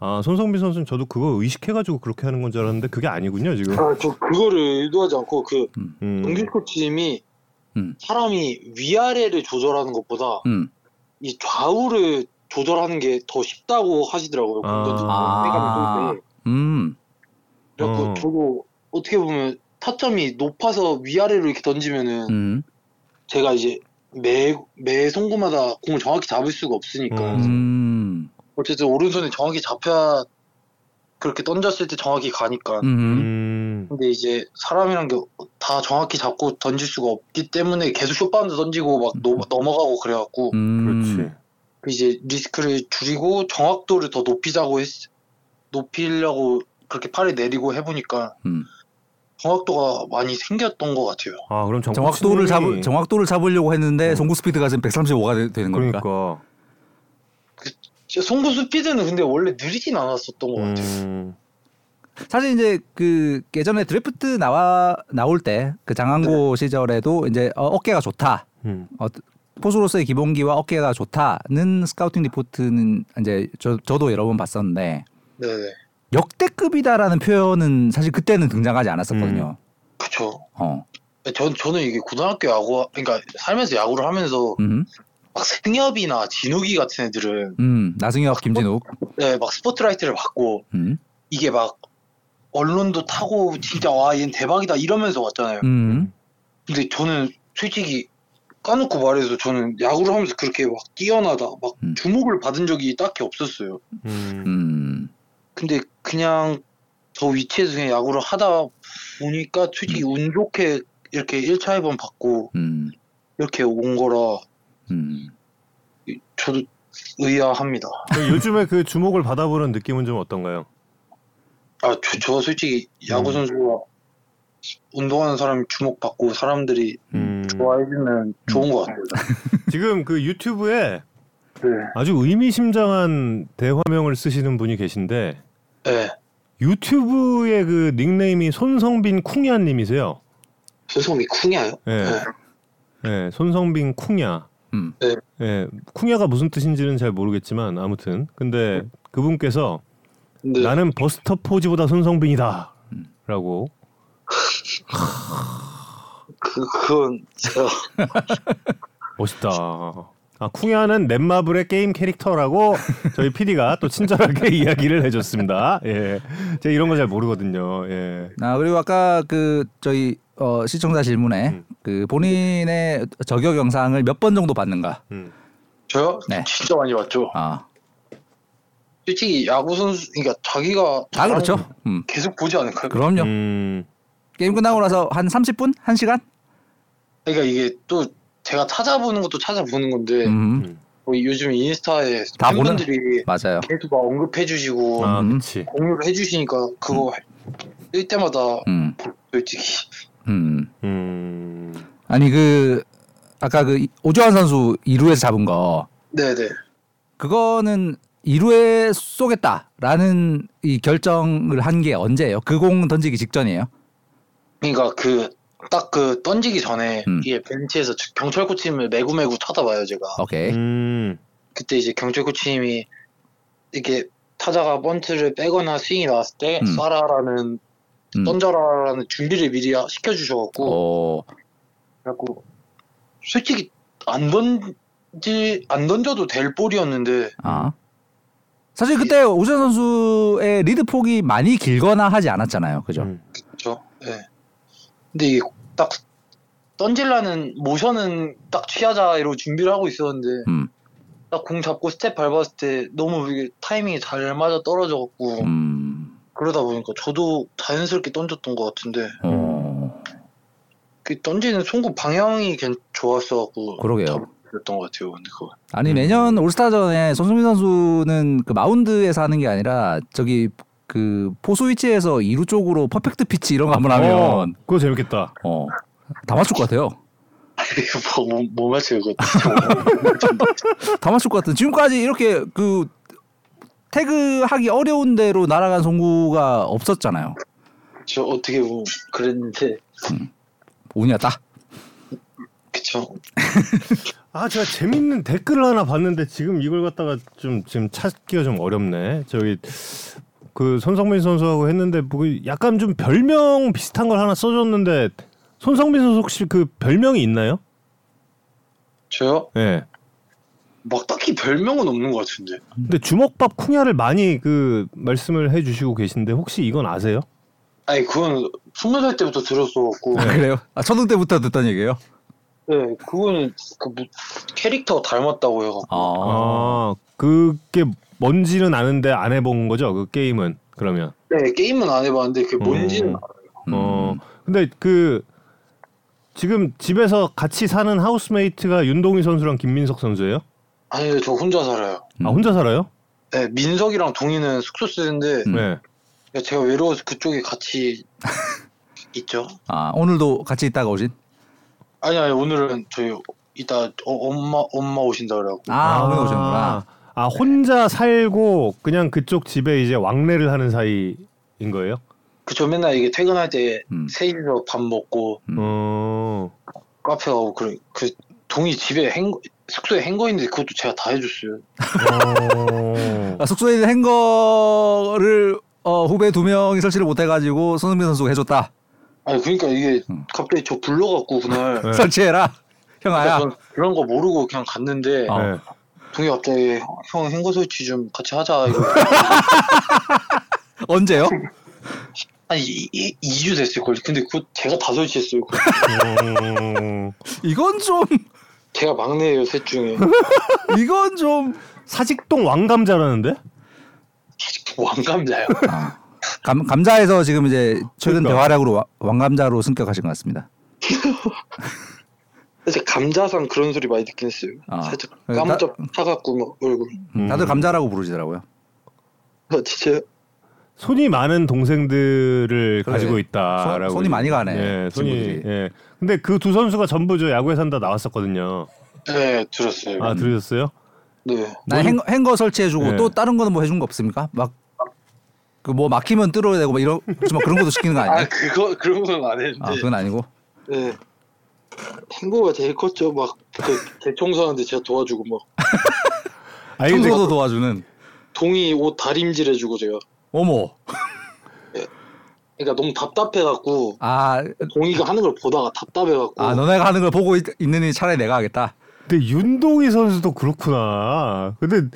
Speaker 1: 아 손성빈 선수는 저도 그거 의식해가지고 그렇게 하는 건 줄 알았는데 그게 아니군요 지금.
Speaker 4: 아, 저 그거를 의도하지 않고 그
Speaker 1: 음.
Speaker 4: 정규 코치님이
Speaker 2: 음.
Speaker 4: 사람이 위아래를 조절하는 것보다
Speaker 2: 음.
Speaker 4: 이 좌우를 조절하는 게 더 쉽다고 하시더라고요.
Speaker 1: 아.
Speaker 2: 아. 음.
Speaker 4: 그래서
Speaker 1: 어.
Speaker 4: 저도 어떻게 보면 타점이 높아서 위아래로 이렇게 던지면은
Speaker 2: 음.
Speaker 4: 제가 이제 매, 매 송구마다 공을 정확히 잡을 수가 없으니까
Speaker 1: 음.
Speaker 2: 음.
Speaker 4: 어쨌든 오른손에 정확히 잡혀야 그렇게 던졌을 때 정확히 가니까
Speaker 2: 음.
Speaker 1: 음.
Speaker 4: 근데 이제 사람이란 게 다 정확히 잡고 던질 수가 없기 때문에 계속 숏바운드 던지고 막 넘- 넘어가고 그래갖고
Speaker 2: 음.
Speaker 1: 그렇지.
Speaker 4: 그 이제 리스크를 줄이고 정확도를 더 높이자고 했, 높이려고 그렇게 팔을 내리고 해보니까
Speaker 2: 음.
Speaker 4: 정확도가 많이 생겼던 것 같아요.
Speaker 1: 아 그럼 정-
Speaker 2: 어, 정확도를 잡
Speaker 1: 코치님이-
Speaker 2: 정확도를 잡으려고 했는데 송구 스피드가 지금 135가 되, 되는 거니까.
Speaker 1: 그러니까.
Speaker 4: 진짜 송구 스피드는 근데 원래 느리진 않았었던 것 같아요.
Speaker 1: 음.
Speaker 2: 사실 이제 그 예전에 드래프트 나와 나올 때 그 장항고 시절에도 이제 어, 어깨가 좋다.
Speaker 1: 음.
Speaker 2: 어, 포수로서의 기본기와 어깨가 좋다는 스카우팅 리포트는 이제 저, 저도 여러 번 봤었는데
Speaker 4: 네네.
Speaker 2: 역대급이다라는 표현은 사실 그때는 등장하지 않았었거든요.
Speaker 4: 그쵸.
Speaker 2: 어.
Speaker 4: 전, 저는 이게 고등학교 야구, 그러니까 살면서 야구를 하면서
Speaker 2: 음.
Speaker 4: 막 승엽이나 진욱이 같은 애들은
Speaker 2: 음. 나승엽, 김진욱.
Speaker 4: 네, 막 스포트라이트를 받고
Speaker 2: 음.
Speaker 4: 이게 막 언론도 타고 진짜 와, 얘는 대박이다 이러면서 왔잖아요.
Speaker 2: 음.
Speaker 4: 근데 저는 솔직히 까놓고 말해서 저는 야구를 하면서 그렇게 막 뛰어나다 막
Speaker 2: 음.
Speaker 4: 주목을 받은 적이 딱히 없었어요.
Speaker 1: 음.
Speaker 2: 음.
Speaker 4: 근데 그냥 저 위치에서 그냥 야구를 하다 보니까 솔직히 운 좋게 이렇게 1차 1번 받고
Speaker 2: 음.
Speaker 4: 이렇게 온 거라
Speaker 2: 음.
Speaker 4: 저도 의아합니다.
Speaker 1: 요즘에 그 주목을 받아보는 느낌은 좀 어떤가요?
Speaker 4: 아, 저, 저 솔직히 야구
Speaker 1: 음.
Speaker 4: 선수가 운동하는 사람이 주목받고 사람들이
Speaker 1: 음.
Speaker 4: 좋아해주면 좋은
Speaker 2: 음.
Speaker 4: 것 같아요.
Speaker 1: 지금 그 유튜브에
Speaker 4: 네.
Speaker 1: 아주 의미심장한 대화명을 쓰시는 분이 계신데
Speaker 4: 네.
Speaker 1: 유튜브의 그 닉네임이 손성빈 쿵야님이세요.
Speaker 4: 죄송합니다. 쿵이야요?
Speaker 2: 네.
Speaker 1: 예. 예, 손성빈 쿵야.
Speaker 2: 음.
Speaker 4: 네.
Speaker 1: 예, 쿵야가 무슨 뜻인지는 잘 모르겠지만 아무튼 근데 그분께서
Speaker 4: 네.
Speaker 1: 나는 버스터 포즈보다
Speaker 2: 음.
Speaker 1: 손성빈이다라고.
Speaker 4: 그, 그건 제가
Speaker 1: 멋있다. 아, 쿵야는 넷마블의 게임 캐릭터라고 저희 PD가 또 친절하게 이야기를 해줬습니다. 예, 제가 이런 거 잘 모르거든요. 예,
Speaker 2: 아 그리고 아까 그 저희 어, 시청자 질문에
Speaker 1: 음.
Speaker 2: 그 본인의 저격 영상을 몇 번 정도 받는가?
Speaker 1: 음.
Speaker 4: 저요?
Speaker 2: 네.
Speaker 4: 진짜 많이 봤죠.
Speaker 2: 아,
Speaker 4: 솔직히 야구 선수, 그러니까 자기가
Speaker 2: 아
Speaker 4: 잘하는
Speaker 2: 그렇죠.
Speaker 4: 거
Speaker 2: 음.
Speaker 4: 계속 보지 않을까요?
Speaker 2: 그럼요.
Speaker 1: 음,
Speaker 2: 게임 끝나고 나서 한 30분, 1 시간
Speaker 4: 그러니까 이게 또 제가 찾아보는 것도 찾아보는 건데
Speaker 2: 음,
Speaker 4: 뭐 요즘 인스타에
Speaker 2: 다 보는-
Speaker 4: 팬분들이
Speaker 2: 맞아요.
Speaker 4: 계속 막 언급해주시고
Speaker 1: 아,
Speaker 2: 음.
Speaker 1: 그렇지.
Speaker 4: 공유를 해주시니까 그거 뜰 때마다
Speaker 2: 음,
Speaker 4: 솔직히
Speaker 2: 음.
Speaker 1: 음.
Speaker 2: 아니 그 아까 그 오조환 선수 2루에서 잡은 거
Speaker 4: 네네
Speaker 2: 그거는 2루에 쏘겠다라는 이 결정을 한 게 언제예요? 그 공 던지기 직전이에요?
Speaker 4: 그러니까 그 딱 그 던지기 전에
Speaker 2: 음.
Speaker 4: 이게 벤치에서 경찰 코치님을 매구매구 쳐다봐요 제가
Speaker 2: 오케이.
Speaker 1: 음.
Speaker 4: 그때 이제 경찰 코치님이 이렇게 타자가 번트를 빼거나 스윙이 나왔을 때
Speaker 2: 음.
Speaker 4: 쏴라라는
Speaker 2: 음. 어.
Speaker 4: 던져라라는 준비를 미리 하- 시켜주셔갖고
Speaker 2: 오,
Speaker 4: 그래갖고 솔직히 안 던지 안 던져도 될 볼이었는데
Speaker 2: 아. 사실 그때 오전 선수의 리드 폭이 많이 길거나 하지 않았잖아요. 그죠?
Speaker 1: 음.
Speaker 4: 그렇죠. 예. 근데 이게 딱 던질라는 모션은 딱 취하자로 준비를 하고 있었는데
Speaker 2: 음.
Speaker 4: 딱 공 잡고 스텝 밟았을 때 너무 이게 타이밍이 잘 맞아 떨어져갖고
Speaker 2: 음.
Speaker 4: 그러다 보니까 저도 자연스럽게 던졌던 것 같은데
Speaker 2: 어.
Speaker 4: 그 던지는 송구 방향이 괜 좋았어갖고
Speaker 2: 그러게요.
Speaker 4: 던졌던 것 같아요. 근데 그거
Speaker 2: 아니
Speaker 1: 음.
Speaker 2: 내년 올스타전에 손흥민 선수는 그 마운드에서 하는 게 아니라 저기 그 포수 위치에서 2루 쪽으로 퍼펙트 피치 이런 거 한번
Speaker 1: 어,
Speaker 2: 하면
Speaker 1: 그거 재밌겠다.
Speaker 2: 어. 다 맞출 것 같아요.
Speaker 4: 이거 뭐, 뭐, 뭐 맞춰요 그거
Speaker 2: 다 맞출 것 같은. 지금까지 이렇게 그 태그하기 어려운 대로 날아간 송구가 없었잖아요.
Speaker 4: 저 어떻게 보면 그랬는데
Speaker 2: 운이 왔다.
Speaker 4: 그쵸
Speaker 1: 아, 제가 재밌는 댓글을 하나 봤는데 지금 이걸 갖다가 좀 지금 찾기가 좀 어렵네. 저기 그 손성민 선수하고 했는데 뭐 약간 좀 별명 비슷한 걸 하나 써줬는데 손성민 선수 혹시 그 별명이 있나요?
Speaker 4: 저요
Speaker 1: 예.
Speaker 4: 막 딱히 별명은 없는 것 같은데
Speaker 1: 근데 주먹밥 쿵야를 많이 그 말씀을 해주시고 계신데 혹시 이건 아세요?
Speaker 4: 아니 그건 스무 살 때부터 들었어갖고
Speaker 2: 아, 그래요? 아, 초등 때부터 듣던 얘기예요?
Speaker 4: 네 그거는 그 뭐, 캐릭터 닮았다고 해갖고
Speaker 2: 아.
Speaker 1: 아, 그게 뭔지는 아는데 안 해본 거죠? 그 게임은 그러면.
Speaker 4: 네 게임은 안 해봤는데 그게 뭔지는
Speaker 1: 음.
Speaker 4: 알아요.
Speaker 1: 어. 근데 그 지금 집에서 같이 사는 하우스메이트가 윤동희 선수랑 김민석 선수예요?
Speaker 4: 아니 저 혼자 살아요
Speaker 2: 음.
Speaker 1: 아 혼자 살아요?
Speaker 4: 네 민석이랑 동희는 숙소 쓰는데
Speaker 2: 음.
Speaker 1: 네.
Speaker 4: 제가 외로워서 그쪽에 같이 있죠
Speaker 2: 아, 오늘도 같이 있다가 오신?
Speaker 4: 아니 아니 오늘은 저희 이따 어, 엄마 엄마 오신다 그래갖고
Speaker 2: 아, 오늘 오셨구나.
Speaker 1: 아 혼자 살고 그냥 그쪽 집에 이제 왕래를 하는 사이인 거예요?
Speaker 4: 그쵸 맨날 이게 퇴근할 때
Speaker 2: 음.
Speaker 4: 셋이서 밥 먹고
Speaker 2: 음.
Speaker 1: 어.
Speaker 4: 카페 가고 그래 그 동희 집에 행 숙소에 행거 있는데 그것도 제가 다 해줬어요
Speaker 1: 어.
Speaker 2: 아, 숙소에 있는 행거를 어, 후배 두 명이 설치를 못 해가지고 손흥민 선수가 해줬다.
Speaker 4: 아니 그러니까 이게
Speaker 2: 음.
Speaker 4: 갑자기 저 불러갖고 그날
Speaker 1: 네.
Speaker 2: 설치해라. 형아야.
Speaker 4: 전 그런 거 모르고 그냥 갔는데
Speaker 2: 어.
Speaker 1: 네.
Speaker 4: 동이 갑자기 형 행거 설치 좀 같이 하자 이거
Speaker 2: 언제요?
Speaker 4: 한 2, 이이주 됐을걸 근데 그거 제가 다 설치했어요 그거.
Speaker 1: 어.
Speaker 2: 이건 좀,
Speaker 4: 제가 막내예요 셋 중에
Speaker 2: 이건 좀.
Speaker 1: 사직동 왕감자라는데?
Speaker 4: 왕감자요
Speaker 2: 아, 감, 감자에서 지금 이제 최근
Speaker 1: 그러니까.
Speaker 2: 대활약으로 와- 왕감자로 승격하신 것 같습니다.
Speaker 4: 사실 감자상 그런 소리 많이 듣긴 했어요
Speaker 2: 아.
Speaker 4: 살짝
Speaker 2: 나-
Speaker 4: 까무잡 차갖고 막 얼굴
Speaker 1: 음.
Speaker 2: 다들 감자라고 부르시더라고요.
Speaker 4: 아, 진짜
Speaker 1: 손이 많은 동생들을
Speaker 2: 그래.
Speaker 1: 가지고 있다라고.
Speaker 2: 손- 손이 많이 가네,
Speaker 1: 예, 손이.
Speaker 2: 친구들이.
Speaker 1: 예. 근데 그 두 선수가 전부 저 야구에 산다 나왔었거든요.
Speaker 4: 네 들었어요
Speaker 2: 음.
Speaker 1: 아 들으셨어요?
Speaker 4: 네
Speaker 2: 나
Speaker 1: 뭔-
Speaker 2: 행, 행거 설치해주고
Speaker 1: 예.
Speaker 2: 또 다른 거는 뭐 해준 거 없습니까? 막. 그 뭐 막히면 뚫어야 되고 막 이런 좀 그런 것도 시키는 거
Speaker 4: 아,
Speaker 2: 아니에요?
Speaker 4: 그거 그런 건 안 했는데
Speaker 2: 아 그건 아니고
Speaker 4: 네. 행거가 제일 컸죠 막그 대청소하는데 제가 도와주고 막
Speaker 1: 아니 근데
Speaker 2: 청소도 도와주는
Speaker 4: 동이 옷 다림질해주고 제가
Speaker 2: 어머
Speaker 4: 그러니까 너무 답답해갖고
Speaker 2: 아,
Speaker 4: 동이가 하는 걸 보다가 답답해갖고
Speaker 2: 아 너네가 하는 걸 보고 있, 있는 이 차라리 내가 하겠다
Speaker 1: 근데 윤동희 선수도 그렇구나. 근데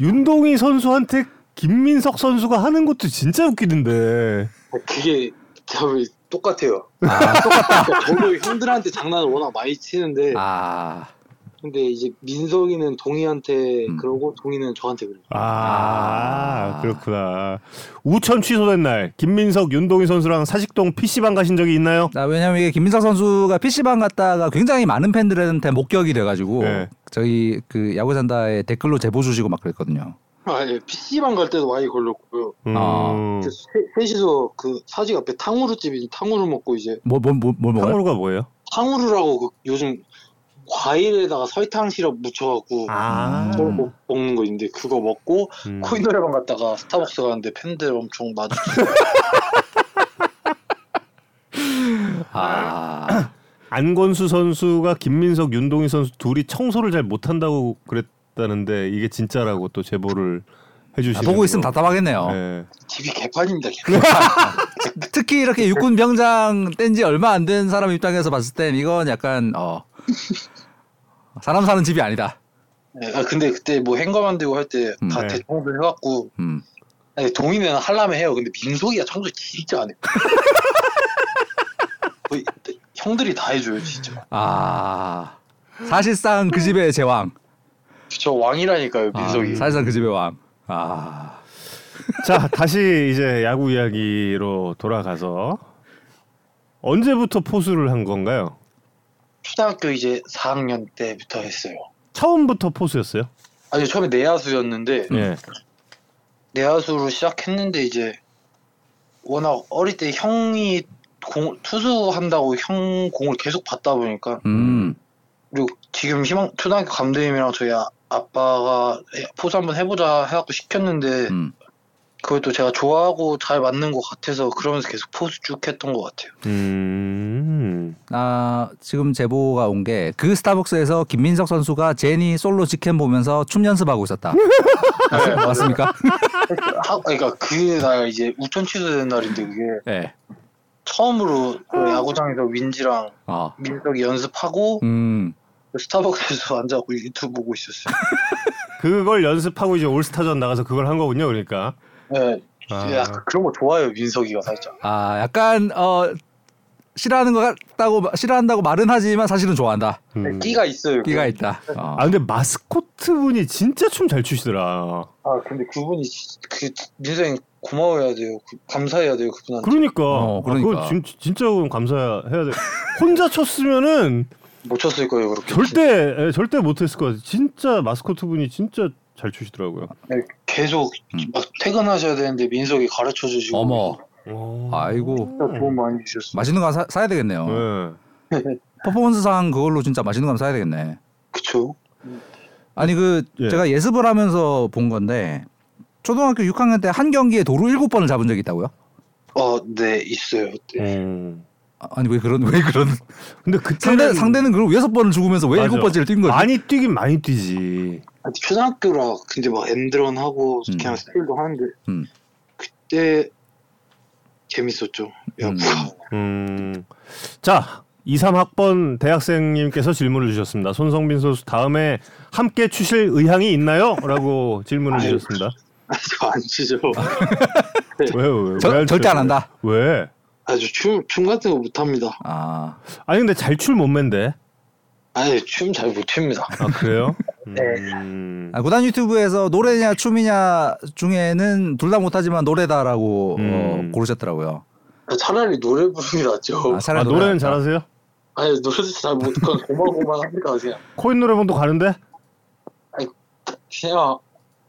Speaker 1: 윤동희 선수한테 김민석 선수가 하는 것도 진짜 웃기는데.
Speaker 4: 그게 답이 똑같아요
Speaker 2: 아 똑같다
Speaker 4: 그러니까 저도 형들한테 장난을 워낙 많이 치는데
Speaker 2: 아
Speaker 4: 근데 이제 민성이는 동희한테
Speaker 2: 음.
Speaker 4: 그러고 동희는 저한테 그래요.
Speaker 1: 아, 그렇구나. 우천 취소된 날 김민석, 윤동희 선수랑 사직동 PC방 가신 적이 있나요?
Speaker 2: 나 아, 왜냐면 이게 김민석 선수가 PC방 갔다가 굉장히 많은 팬들한테 목격이 돼가지고
Speaker 1: 네.
Speaker 2: 저희 그 야구산다에 댓글로 제보 주시고 막 그랬거든요.
Speaker 4: 아, 예. PC방 갈 때도 많이 걸렸고요.
Speaker 1: 음,
Speaker 2: 아.
Speaker 4: 그 세- 셋이서 그 사직 앞에 탕후루 집이 탕후루 먹고 이제
Speaker 2: 뭐 뭐 뭐 뭐, 먹어요?
Speaker 1: 탕후루가 뭐예요?
Speaker 4: 탕후루라고 그 요즘 과일에다가 설탕 시럽 묻혀갖고
Speaker 1: 아,
Speaker 4: 그거 먹- 먹는 거 있는데 그거 먹고
Speaker 1: 음.
Speaker 4: 코인 노래방 갔다가 스타벅스 가는데 팬들 엄청 마주치고
Speaker 2: 아
Speaker 1: 안건수 선수가 김민석, 윤동희 선수 둘이 청소를 잘 못한다고 그랬다는데 이게 진짜라고 또 제보를
Speaker 2: 아,
Speaker 1: 해주시는.
Speaker 2: 보고 있으면
Speaker 1: 거.
Speaker 2: 답답하겠네요.
Speaker 1: 예.
Speaker 4: 집이 개판입니다. 개판.
Speaker 2: 특히 이렇게 육군 병장 뗀 지 얼마 안 된 사람 입장에서 봤을 땐 이건 약간 어 사람 사는 집이 아니다.
Speaker 4: 네, 아, 근데 그때 뭐 행거 만들고 할 때 다
Speaker 1: 네.
Speaker 4: 대청소 해갖고
Speaker 2: 음.
Speaker 4: 아니, 동의는 하려면 해요. 근데 민속이가 청소 진짜 안 해. 거의 형들이 다 해줘요
Speaker 2: 음.
Speaker 4: 진짜.
Speaker 2: 아 사실상 그 집의 제왕.
Speaker 4: 저 왕이라니까요
Speaker 2: 아,
Speaker 4: 민속이.
Speaker 2: 사실상 그 집의 왕. 아
Speaker 1: 자, 다시 이제 야구 이야기로 돌아가서 언제부터 포수를 한 건가요?
Speaker 4: 초등학교 이제 4학년 때부터 했어요.
Speaker 1: 처음부터 포수였어요?
Speaker 4: 아니 처음에 내야수였는데
Speaker 2: 네.
Speaker 1: 예.
Speaker 4: 내야수로 시작했는데 이제 워낙 어릴 때 형이 공, 투수 한다고 형 공을 계속 받다 보니까
Speaker 2: 음.
Speaker 4: 그리고 지금 희망 초등학교 감독님이랑 저희 아- 아빠가 해- 포수 한번 해보자 해갖고 시켰는데
Speaker 2: 음.
Speaker 4: 그것도 제가 좋아하고 잘 맞는 것 같아서 그러면서 계속 포수 쭉 했던 것 같아요.
Speaker 1: 음.
Speaker 2: 아 지금 제보가 온 게 그 스타벅스에서 김민석 선수가 제니 솔로 직캠 보면서 춤 연습하고 있었다. 맞- 맞습니까?
Speaker 4: 하, 그러니까 그날 이제 우천 취소된 날인데 그게
Speaker 2: 네.
Speaker 4: 처음으로 그 야구장에서 윈지랑
Speaker 2: 아.
Speaker 4: 민석이 연습하고
Speaker 2: 음.
Speaker 4: 스타벅스에서 앉아서 유튜브 보고 있었어요.
Speaker 1: 그걸 연습하고 이제 올스타전 나가서 그걸 한 거군요. 그러니까.
Speaker 4: 네,
Speaker 1: 아.
Speaker 4: 약간 그런 거 좋아해요 민석이가 살짝.
Speaker 2: 아 약간 어 싫어하는 것 같다고 싫어한다고 말은 하지만 사실은 좋아한다.
Speaker 1: 음.
Speaker 4: 네, 끼가 있어요.
Speaker 2: 끼가
Speaker 4: 그-
Speaker 2: 있다. 어.
Speaker 1: 아 근데 마스코트 분이 진짜 춤 잘 추시더라.
Speaker 4: 아 근데 그분이 진- 그 민석이 고마워해야 돼요. 그- 감사해야 돼요 그분한테.
Speaker 1: 그러니까.
Speaker 2: 어,
Speaker 1: 아,
Speaker 2: 그러니까.
Speaker 1: 그거 진, 진짜 그건 감사해야 돼. 혼자 쳤으면은
Speaker 4: 못 쳤을 거예요 그렇게.
Speaker 1: 절대 예, 절대 못했을 것 같아. 진짜 마스코트 분이 진짜 잘 추시더라고요.
Speaker 4: 네, 계속
Speaker 2: 음.
Speaker 4: 막 퇴근하셔야 되는데 민석이 가르쳐 주시고.
Speaker 2: 어머. 아이고.
Speaker 4: 진짜 도움 많이 주셨어요.
Speaker 2: 맛있는 거 사, 사야 되겠네요.
Speaker 1: 네.
Speaker 2: 퍼포먼스상 그걸로 진짜 맛있는 거 한번 사야 되겠네.
Speaker 4: 그쵸?
Speaker 2: 아니 그
Speaker 1: 예.
Speaker 2: 제가 예습을 하면서 본 건데 초등학교 6학년 때 한 경기에 도루 7번을 잡은 적이 있다고요?
Speaker 4: 어, 네 있어요. 네.
Speaker 1: 음.
Speaker 2: 아, 아니 왜 그런 왜 그런
Speaker 1: 근데 그때
Speaker 2: 상대 상대는 그럼 여섯 번을 죽으면서
Speaker 1: 음.
Speaker 2: 왜
Speaker 1: 맞아.
Speaker 2: 일곱 번째를 뛴 거지?
Speaker 1: 많이 뛰긴 많이 뛰지.
Speaker 4: 아, 초등학교라 근데 막 엔드런 하고
Speaker 2: 음.
Speaker 4: 그냥 스틸도 하는데
Speaker 2: 음.
Speaker 4: 그때 재밌었죠. 야구가.
Speaker 1: 음. 자, 2, 3학번 대학생님께서 질문을 주셨습니다. 손성빈 선수 다음에 함께 추실 의향이 있나요? 라고 질문을
Speaker 4: 아유.
Speaker 1: 주셨습니다.
Speaker 4: 저안 치죠.
Speaker 1: 왜요? 왜요?
Speaker 2: 절-
Speaker 1: 왜안
Speaker 2: 절대
Speaker 1: 쳐요?
Speaker 2: 안 한다.
Speaker 1: 왜?
Speaker 4: 아주 춤, 춤 같은 거 못합니다.
Speaker 2: 아
Speaker 1: 아니 근데 잘 출 못맨데.
Speaker 4: 아니 춤 잘 못 춥니다.
Speaker 1: 아 그래요?
Speaker 4: 네.
Speaker 1: 음.
Speaker 2: 아, 구단 유튜브에서 노래냐 춤이냐 중에는 둘 다 못하지만 노래다라고
Speaker 1: 음.
Speaker 2: 어, 고르셨더라고요.
Speaker 4: 차라리 노래 부르는 게 낫죠.
Speaker 1: 아,
Speaker 2: 차라리
Speaker 1: 노래는
Speaker 2: 노래가-
Speaker 1: 잘하세요?
Speaker 4: 아니 노래도 잘 못하고 고마고마하니까 그냥
Speaker 1: 코인 노래방도 가는데?
Speaker 4: 그냥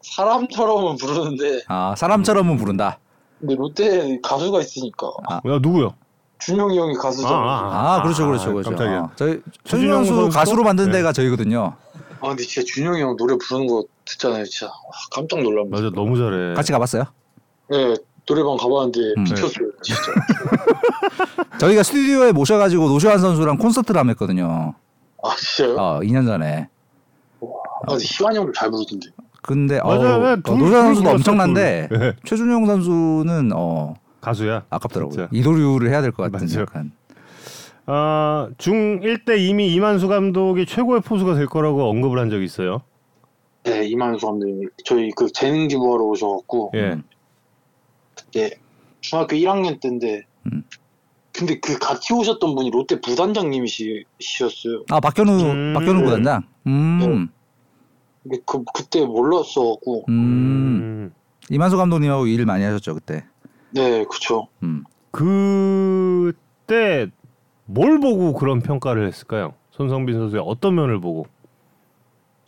Speaker 4: 사람처럼은 부르는데
Speaker 2: 아 사람처럼은 부른다.
Speaker 4: 근데 롯데 가수가 있으니까
Speaker 1: 야 누구요?
Speaker 4: 준영이 형이 가수잖아. 아,
Speaker 2: 아, 그렇죠 그렇죠 그렇죠.
Speaker 1: 깜짝이야.
Speaker 2: 아, 저희
Speaker 1: 최준영
Speaker 2: 최준영수
Speaker 1: 선수도?
Speaker 2: 가수로 만든
Speaker 1: 네.
Speaker 2: 데가 저희거든요.
Speaker 4: 아, 근데 진짜 준영이 형 노래 부르는 거 듣잖아요. 진짜 와, 깜짝 놀랍니다.
Speaker 1: 맞아 너무 잘해.
Speaker 2: 같이 가봤어요?
Speaker 4: 예 노래방 가봤는데
Speaker 2: 음.
Speaker 4: 미쳤어요 진짜.
Speaker 2: 저희가 스튜디오에 모셔가지고 노시환 선수랑 콘서트를 함 했거든요.
Speaker 4: 아 진짜요?
Speaker 2: 어 2년 전에.
Speaker 4: 아, 근데 희환이 형도 잘 부르던데.
Speaker 2: 근데 어,
Speaker 1: 맞아요. 네, 둘- 둘
Speaker 2: 노시환 선수도
Speaker 1: 불렀어요,
Speaker 2: 엄청난데
Speaker 1: 둘. 네,
Speaker 2: 최준용 선수는 어
Speaker 1: 가수야.
Speaker 2: 아깝더라고요.
Speaker 1: 진짜.
Speaker 2: 이도류를 해야 될 것 같은
Speaker 1: 맞아요.
Speaker 2: 약간.
Speaker 1: 아, 중1 때 이미 이만수 감독이 최고의 포수가 될 거라고 언급을 한 적이 있어요.
Speaker 4: 네 이만수 감독님 저희 그 재능 기부하러 오셔갖고 네,
Speaker 1: 예.
Speaker 2: 음.
Speaker 4: 그때 중학교 1학년 때인데
Speaker 2: 음.
Speaker 4: 근데 그 같이 오셨던 분이 롯데 부단장님이시셨어요.
Speaker 2: 아 박현우
Speaker 1: 음.
Speaker 2: 박현우 구단장. 음.
Speaker 4: 근데 그 그때 몰랐어갖고
Speaker 2: 음.
Speaker 1: 음.
Speaker 2: 이만수 감독님하고 일을 많이 하셨죠 그때.
Speaker 4: 네 그쵸.
Speaker 2: 음.
Speaker 1: 그때 뭘 보고 그런 평가를 했을까요? 손성빈 선수의 어떤 면을 보고?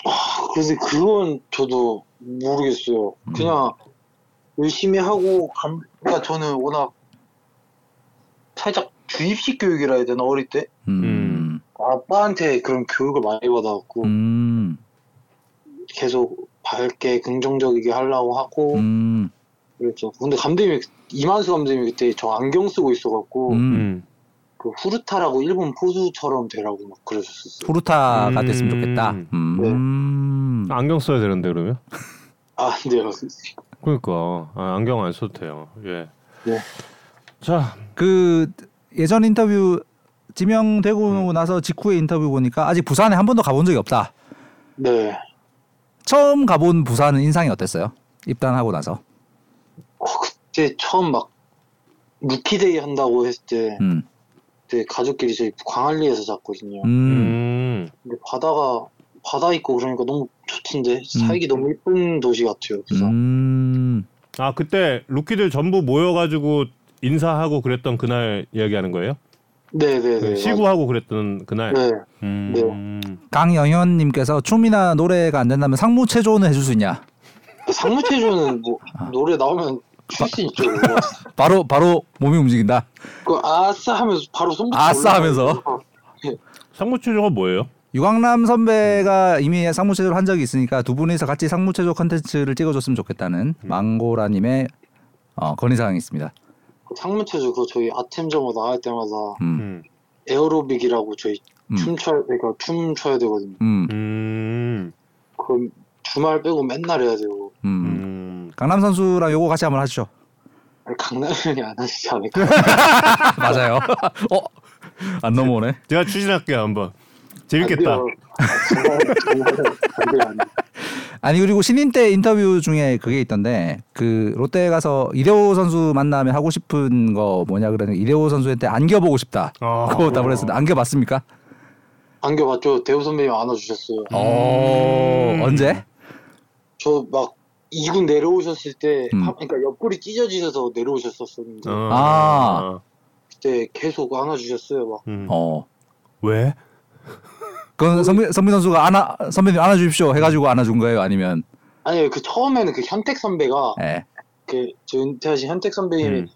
Speaker 4: 아, 근데 그건 저도 모르겠어요.
Speaker 2: 음.
Speaker 4: 그냥 열심히 하고 감. 그러니까 저는 워낙 살짝 주입식 교육이라 해야 되나 어릴 때
Speaker 2: 음.
Speaker 4: 아빠한테 그런 교육을 많이 받아갖고
Speaker 2: 음.
Speaker 4: 계속 밝게 긍정적이게 하려고 하고
Speaker 2: 음.
Speaker 4: 그랬죠. 근데 감독님이 이만수 감독님이 그때 저 안경 쓰고 있어갖고
Speaker 2: 음.
Speaker 4: 그 후르타라고 일본 포수처럼 되라고 막 그러셨었어요.
Speaker 2: 포르타가 됐으면
Speaker 1: 음.
Speaker 2: 좋겠다. 음.
Speaker 1: 안경 써야 되는데 그러면?
Speaker 4: 아, 네.
Speaker 1: 그러니까 아, 안경 안 써도 돼요. 예.
Speaker 4: 네.
Speaker 1: 자,
Speaker 2: 그 예전 인터뷰 지명되고 나서 직후에 인터뷰 보니까 아직 부산에 한 번도 가본 적이 없다.
Speaker 4: 네.
Speaker 2: 처음 가본 부산은 인상이 어땠어요? 입단하고 나서.
Speaker 4: 어, 그때 처음 막 루키데이 한다고 했을 때
Speaker 2: 음.
Speaker 4: 그때 가족끼리 저희 광안리에서 잤거든요.
Speaker 2: 음.
Speaker 1: 음,
Speaker 4: 근데 바다가 바다 있고 그러니까 너무 좋던데 살기 너무 예쁜 도시 같아요. 그래서
Speaker 2: 음.
Speaker 1: 아 그때 루키들 전부 모여가지고 인사하고 그랬던 그날 이야기하는 거예요?
Speaker 4: 네네네.
Speaker 1: 그 시구하고 그랬던 그날.
Speaker 4: 네.
Speaker 1: 음,
Speaker 4: 네.
Speaker 2: 강영현 님께서 춤이나 노래가 안 된다면 상무 체조는 해줄 수 있냐?
Speaker 4: 상무체조는 뭐
Speaker 2: 아.
Speaker 4: 노래 나오면 출신 있죠. 그거.
Speaker 2: 바로 바로 몸이 움직인다.
Speaker 4: 그 아싸 하면서 바로 손부터
Speaker 2: 아싸
Speaker 4: 올라가요.
Speaker 2: 하면서?
Speaker 1: 상무체조가 뭐예요?
Speaker 2: 유광남 선배가 이미 상무 체조를 한 적이 있으니까 두 분이서 같이 상무 체조 컨텐츠를 찍어줬으면 좋겠다는
Speaker 1: 음.
Speaker 2: 망고라 님의 어, 건의사항이 있습니다.
Speaker 4: 상무체조 그거 저희 아템점으로 나갈 때마다
Speaker 2: 음.
Speaker 1: 음,
Speaker 4: 에어로빅이라고 저희
Speaker 2: 음.
Speaker 4: 춤춰야 그러니까 춤 춰야 되거든요.
Speaker 2: 음.
Speaker 1: 음,
Speaker 4: 그럼 주말 빼고 맨날 해야 되고
Speaker 2: 음.
Speaker 1: 음.
Speaker 2: 강남 선수랑 요거 같이 한번 하시죠.
Speaker 4: 강남이 안 하시지 않을까?
Speaker 2: 맞아요. 어? 안 넘어오네.
Speaker 1: 제가 추진할게요 한번. 재밌겠다.
Speaker 4: 안 돼요. 정말, 정말 안 돼요, 안 돼요.
Speaker 2: 아니 그리고 신인 때 인터뷰 중에 그게 있던데 그 롯데에 가서 이대호 선수 만나면 하고 싶은 거 뭐냐 그러는 이대호 선수한테 안겨보고 싶다.
Speaker 1: 아.
Speaker 2: 그거 답을 했는데 안겨봤습니까?
Speaker 4: 안겨봤죠. 대우 선배님 안아주셨어요.
Speaker 1: 음.
Speaker 2: 어 언제?
Speaker 4: 저 막 이군 내려오셨을 때
Speaker 2: 음.
Speaker 4: 하- 그러니까 옆구리 찢어지셔서 내려오셨었는데
Speaker 1: 어.
Speaker 2: 아.
Speaker 4: 그때 계속 안아주셨어요. 막
Speaker 1: 음.
Speaker 2: 어.
Speaker 1: 왜? 뭐
Speaker 2: 그건 선배 선배 선수가 안아 선배님 안아주십시오 해가지고 안아준 거예요 아니면
Speaker 4: 아니 그 처음에는 그 현택 선배가
Speaker 2: 예.
Speaker 4: 그저 은퇴하신 현택 선배님이
Speaker 1: 음.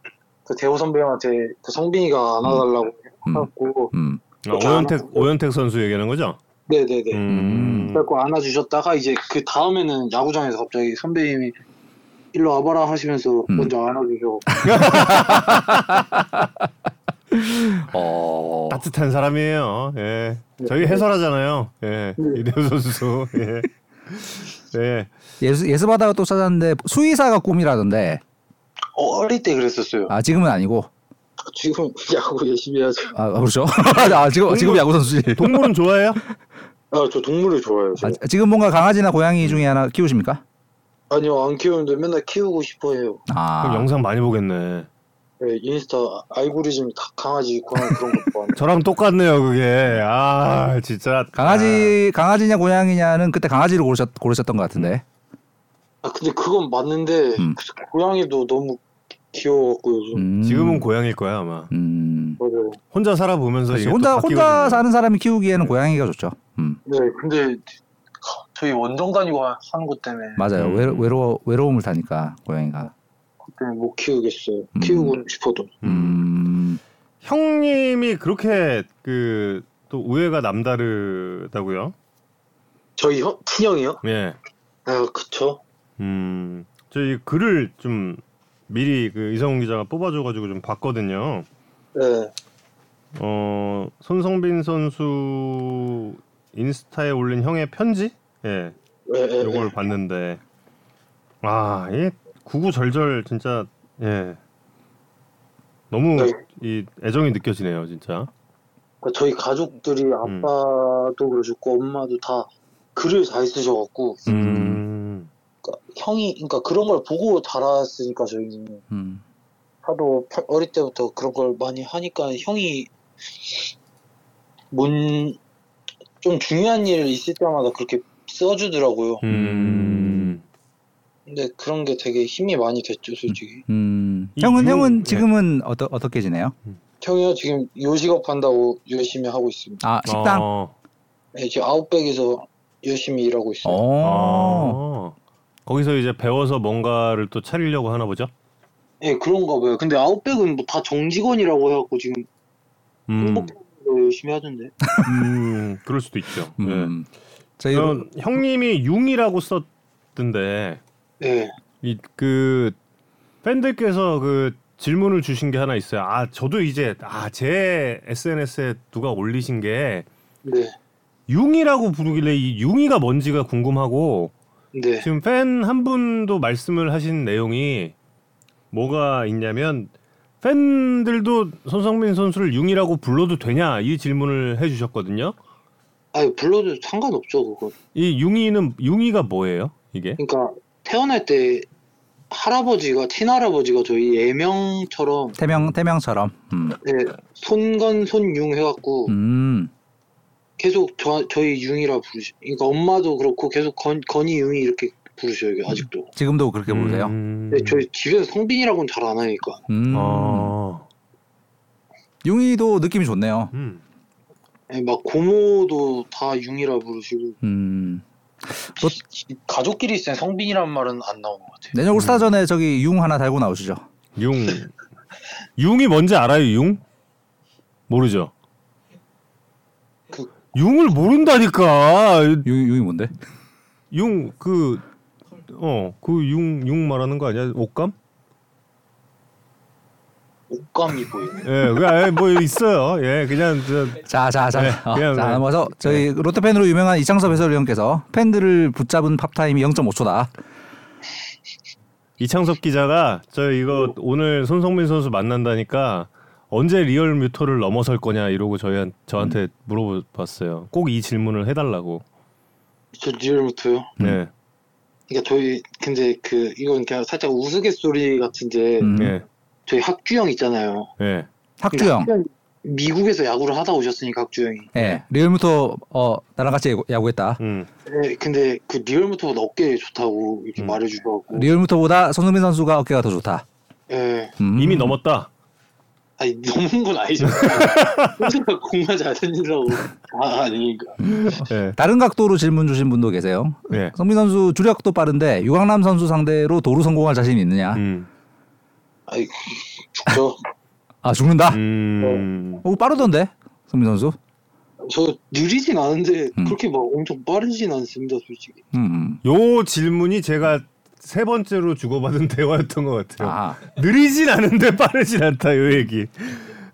Speaker 4: 그 대호 선배님한테 그 성빈이가 안아달라고
Speaker 2: 음.
Speaker 4: 해갖고
Speaker 2: 음.
Speaker 1: 아, 오현택 오현택 선수 얘기하는 거죠?
Speaker 4: 네네네.
Speaker 1: 음.
Speaker 4: 그래갖고 안아주셨다가 이제 그 다음에는 야구장에서 갑자기 선배님이 일로 와봐라 하시면서
Speaker 2: 음.
Speaker 4: 먼저 안아주셔.
Speaker 2: 어.
Speaker 1: 따뜻한 사람이에요. 예.
Speaker 4: 네.
Speaker 1: 저희 해설하잖아요. 예. 이대호 선수. 예. 예.
Speaker 2: 예스 예스바다가 또 찾았는데 수의사가 꿈이라던데
Speaker 4: 어, 어릴 때 그랬었어요.
Speaker 2: 아 지금은 아니고
Speaker 4: 지금 야구 열심히 해야죠.
Speaker 2: 아 그렇죠 아 지금 지금 야구 선수지
Speaker 1: 네. 동물은 좋아해요?
Speaker 4: 아, 저 동물을 좋아해요.
Speaker 2: 아,
Speaker 4: 제가.
Speaker 2: 지금 뭔가 강아지나 고양이 중에 하나 키우십니까?
Speaker 4: 아, 니요안 키우는데 맨날 키우고 싶어 해요.
Speaker 1: 그럼
Speaker 2: 아,
Speaker 1: 영상 많이 보겠네.
Speaker 4: 네, 인스타 알고리즘 다 강아지 고양이 그런 것 봐.
Speaker 1: 저랑 똑같네요, 그게. 아, 진짜.
Speaker 2: 강아지 강아지냐 고양이냐는 그때 강아지를 고르셨 고르셨던 것 같은데.
Speaker 4: 아, 근데 그건 맞는데
Speaker 2: 음.
Speaker 4: 그 고양이도 너무 귀여워갖고 요즘.
Speaker 2: 음,
Speaker 1: 아, 지금은 고양일 거야, 아마.
Speaker 2: 음.
Speaker 4: 맞아요.
Speaker 1: 혼자 살아보면서
Speaker 2: 그렇지.
Speaker 1: 이게 또
Speaker 2: 혼자
Speaker 1: 바뀌거든요.
Speaker 2: 혼자 사는 사람이 키우기에는 고양이가 좋죠. 음,
Speaker 4: 네, 근데 저희 원정 다니고 하- 하는 것 때문에
Speaker 2: 맞아요.
Speaker 1: 음.
Speaker 2: 외로, 외로 외로움을 타니까 고양이가.
Speaker 4: 그때 못 키우겠어요.
Speaker 2: 음.
Speaker 4: 키우고 싶어도.
Speaker 2: 음,
Speaker 1: 형님이 그렇게 그 또 우애가 남다르다고요?
Speaker 4: 저희 형, 친형이요?
Speaker 1: 예.
Speaker 4: 아, 그쵸.
Speaker 1: 음. 저희 글을 좀 미리 그 이성훈 기자가 뽑아줘 가지고 좀 봤거든요.
Speaker 4: 네.
Speaker 1: 어 손성빈 선수 인스타에 올린 형의 편지 예
Speaker 4: 네, 네,
Speaker 1: 요걸 봤는데 아이 구구절절 진짜 예 너무
Speaker 4: 네.
Speaker 1: 이 애정이 느껴지네요 진짜
Speaker 4: 그러니까 저희 가족들이
Speaker 1: 음.
Speaker 4: 아빠도 그러셨고 엄마도 다 글을 잘 쓰셔갖고
Speaker 1: 음
Speaker 4: 그러니까 형이 그러니까 그런 걸 보고 자랐으니까 저희는
Speaker 2: 음.
Speaker 4: 하도 팔- 어릴 때부터 그런 걸 많이 하니까 형이 뭔 좀 중요한 일 있을 때마다 그렇게 써주더라고요.
Speaker 1: 음.
Speaker 4: 근데 그런 게 되게 힘이 많이 됐죠, 솔직히.
Speaker 2: 음.
Speaker 1: 이
Speaker 2: 형은
Speaker 1: 유-
Speaker 2: 형은
Speaker 1: 네.
Speaker 2: 지금은 어떠, 어떻게 지내요?
Speaker 4: 형이요 지금 요식업 한다고 열심히 하고 있습니다.
Speaker 2: 아 식당.
Speaker 1: 어.
Speaker 4: 네, 지금 아웃백에서 열심히 일하고 있어요.
Speaker 2: 어.
Speaker 1: 어. 거기서 이제 배워서 뭔가를 또 차리려고 하나 보죠.
Speaker 4: 예, 그런가 봐요. 근데 아웃백은 뭐 다 정직원이라고 해갖고 지금
Speaker 1: 음.
Speaker 4: 행복하고 열심히 하던데.
Speaker 1: 음, 그럴 수도 있죠. 예.
Speaker 2: 음. 저희
Speaker 1: 그럼 형님이 융이라고 썼던데
Speaker 4: 예.
Speaker 1: 이 그 팬들께서 그 질문을 주신 게 하나 있어요. 아 저도 이제 아 제 SNS에 누가 올리신 게
Speaker 4: 네.
Speaker 1: 융이라고 부르길래 이 융이가 뭔지가 궁금하고
Speaker 4: 네.
Speaker 1: 지금 팬 한 분도 말씀을 하신 내용이 뭐가 있냐면 팬들도 손성민 선수를 융이라고 불러도 되냐 이 질문을 해주셨거든요.
Speaker 4: 아니 불러도 상관없죠 그거.
Speaker 1: 이 융이는 융이가 뭐예요? 이게?
Speaker 4: 그러니까 태어날 때 할아버지가 친할아버지가 저희 애명처럼
Speaker 2: 태명 태명처럼. 음.
Speaker 4: 예, 손건 손융 해갖고
Speaker 2: 음.
Speaker 4: 계속 저, 저희 융이라 부르시. 그러니까 엄마도 그렇고 계속 건 건이 융이 이렇게 부르셔요 이게 아직도.
Speaker 2: 지금도 그렇게 부르세요? 음.
Speaker 1: 음.
Speaker 4: 근데 네, 저희 집에서 성빈이라고는 잘 안 하니까.
Speaker 1: 아.
Speaker 2: 용이도 느낌이 좋네요.
Speaker 1: 음.
Speaker 4: 예, 막 고모도 다 융이라 부르시고
Speaker 2: 음.
Speaker 4: 가족끼리 있을 때 성빈이란 말은 안 나오는 것 같아요.
Speaker 2: 내년 올스타전에 저기 융 하나 달고 나오시죠.
Speaker 1: 융. 융이 뭔지 알아요, 융? 모르죠.
Speaker 4: 그-
Speaker 1: 융을 모른다니까.
Speaker 2: 융, 융이 뭔데?
Speaker 1: 융 그 어, 그 융 융 말하는 거 아니야? 옷감?
Speaker 4: 옷감이 보이네.
Speaker 1: 예, 그, 아예 뭐 있어요. 예, 그냥 저,
Speaker 2: 자, 자, 자.
Speaker 1: 네,
Speaker 2: 어,
Speaker 1: 그냥
Speaker 2: 자,
Speaker 1: 그냥.
Speaker 2: 넘어서 저희 롯데팬으로 유명한 이창섭 해설위원께서 팬들을 붙잡은 팝타임이 0.5초다.
Speaker 1: 이창섭 기자가 저 이거 오늘 손성민 선수 만난다니까 언제 리얼 뮤토를 넘어설 거냐 이러고 저희 저한테 물어봤어요. 꼭 이 질문을 해달라고.
Speaker 4: 저 리얼부터요.
Speaker 1: 네,
Speaker 4: 그러니까 저희 근데 그 이건 그냥 살짝 우스갯소리 같은데
Speaker 2: 음.
Speaker 1: 예,
Speaker 4: 저희 학규 형 있잖아요.
Speaker 1: 예.
Speaker 2: 학주영.
Speaker 4: 학규 형이 미국에서 야구를 하다 오셨으니까 학규 형이.
Speaker 2: 예. 리얼무토 어 나랑 같이 야구- 야구했다.
Speaker 1: 음.
Speaker 4: 네, 근데 그 리얼부터보다 어깨 좋다고 이렇게
Speaker 1: 음.
Speaker 4: 말해주더라고.
Speaker 2: 리얼무토보다 손흥민 선수가 어깨가 더 좋다.
Speaker 4: 예.
Speaker 2: 음.
Speaker 1: 이미 넘었다.
Speaker 4: 아니 넘은 건 아니죠. 혼자가 공만 잘 던지라고. 아 아니니까.
Speaker 1: 예.
Speaker 2: 다른 각도로 질문 주신 분도 계세요.
Speaker 1: 예.
Speaker 2: 성민 선수 주력도 빠른데 유강남 선수 상대로 도루 성공할 자신 있느냐?
Speaker 1: 음.
Speaker 4: 아이 저,
Speaker 2: 아 죽는다.
Speaker 1: 음.
Speaker 2: 오 빠르던데 성민 선수.
Speaker 4: 저 느리진 않은데
Speaker 2: 음.
Speaker 4: 그렇게 막 엄청 빠르진 않습니다 솔직히.
Speaker 2: 음, 음.
Speaker 1: 요 질문이 제가 세 번째로 주고받은 대화였던 것 같아요.
Speaker 2: 아
Speaker 1: 느리진 않은데 빠르진 않다 요 얘기.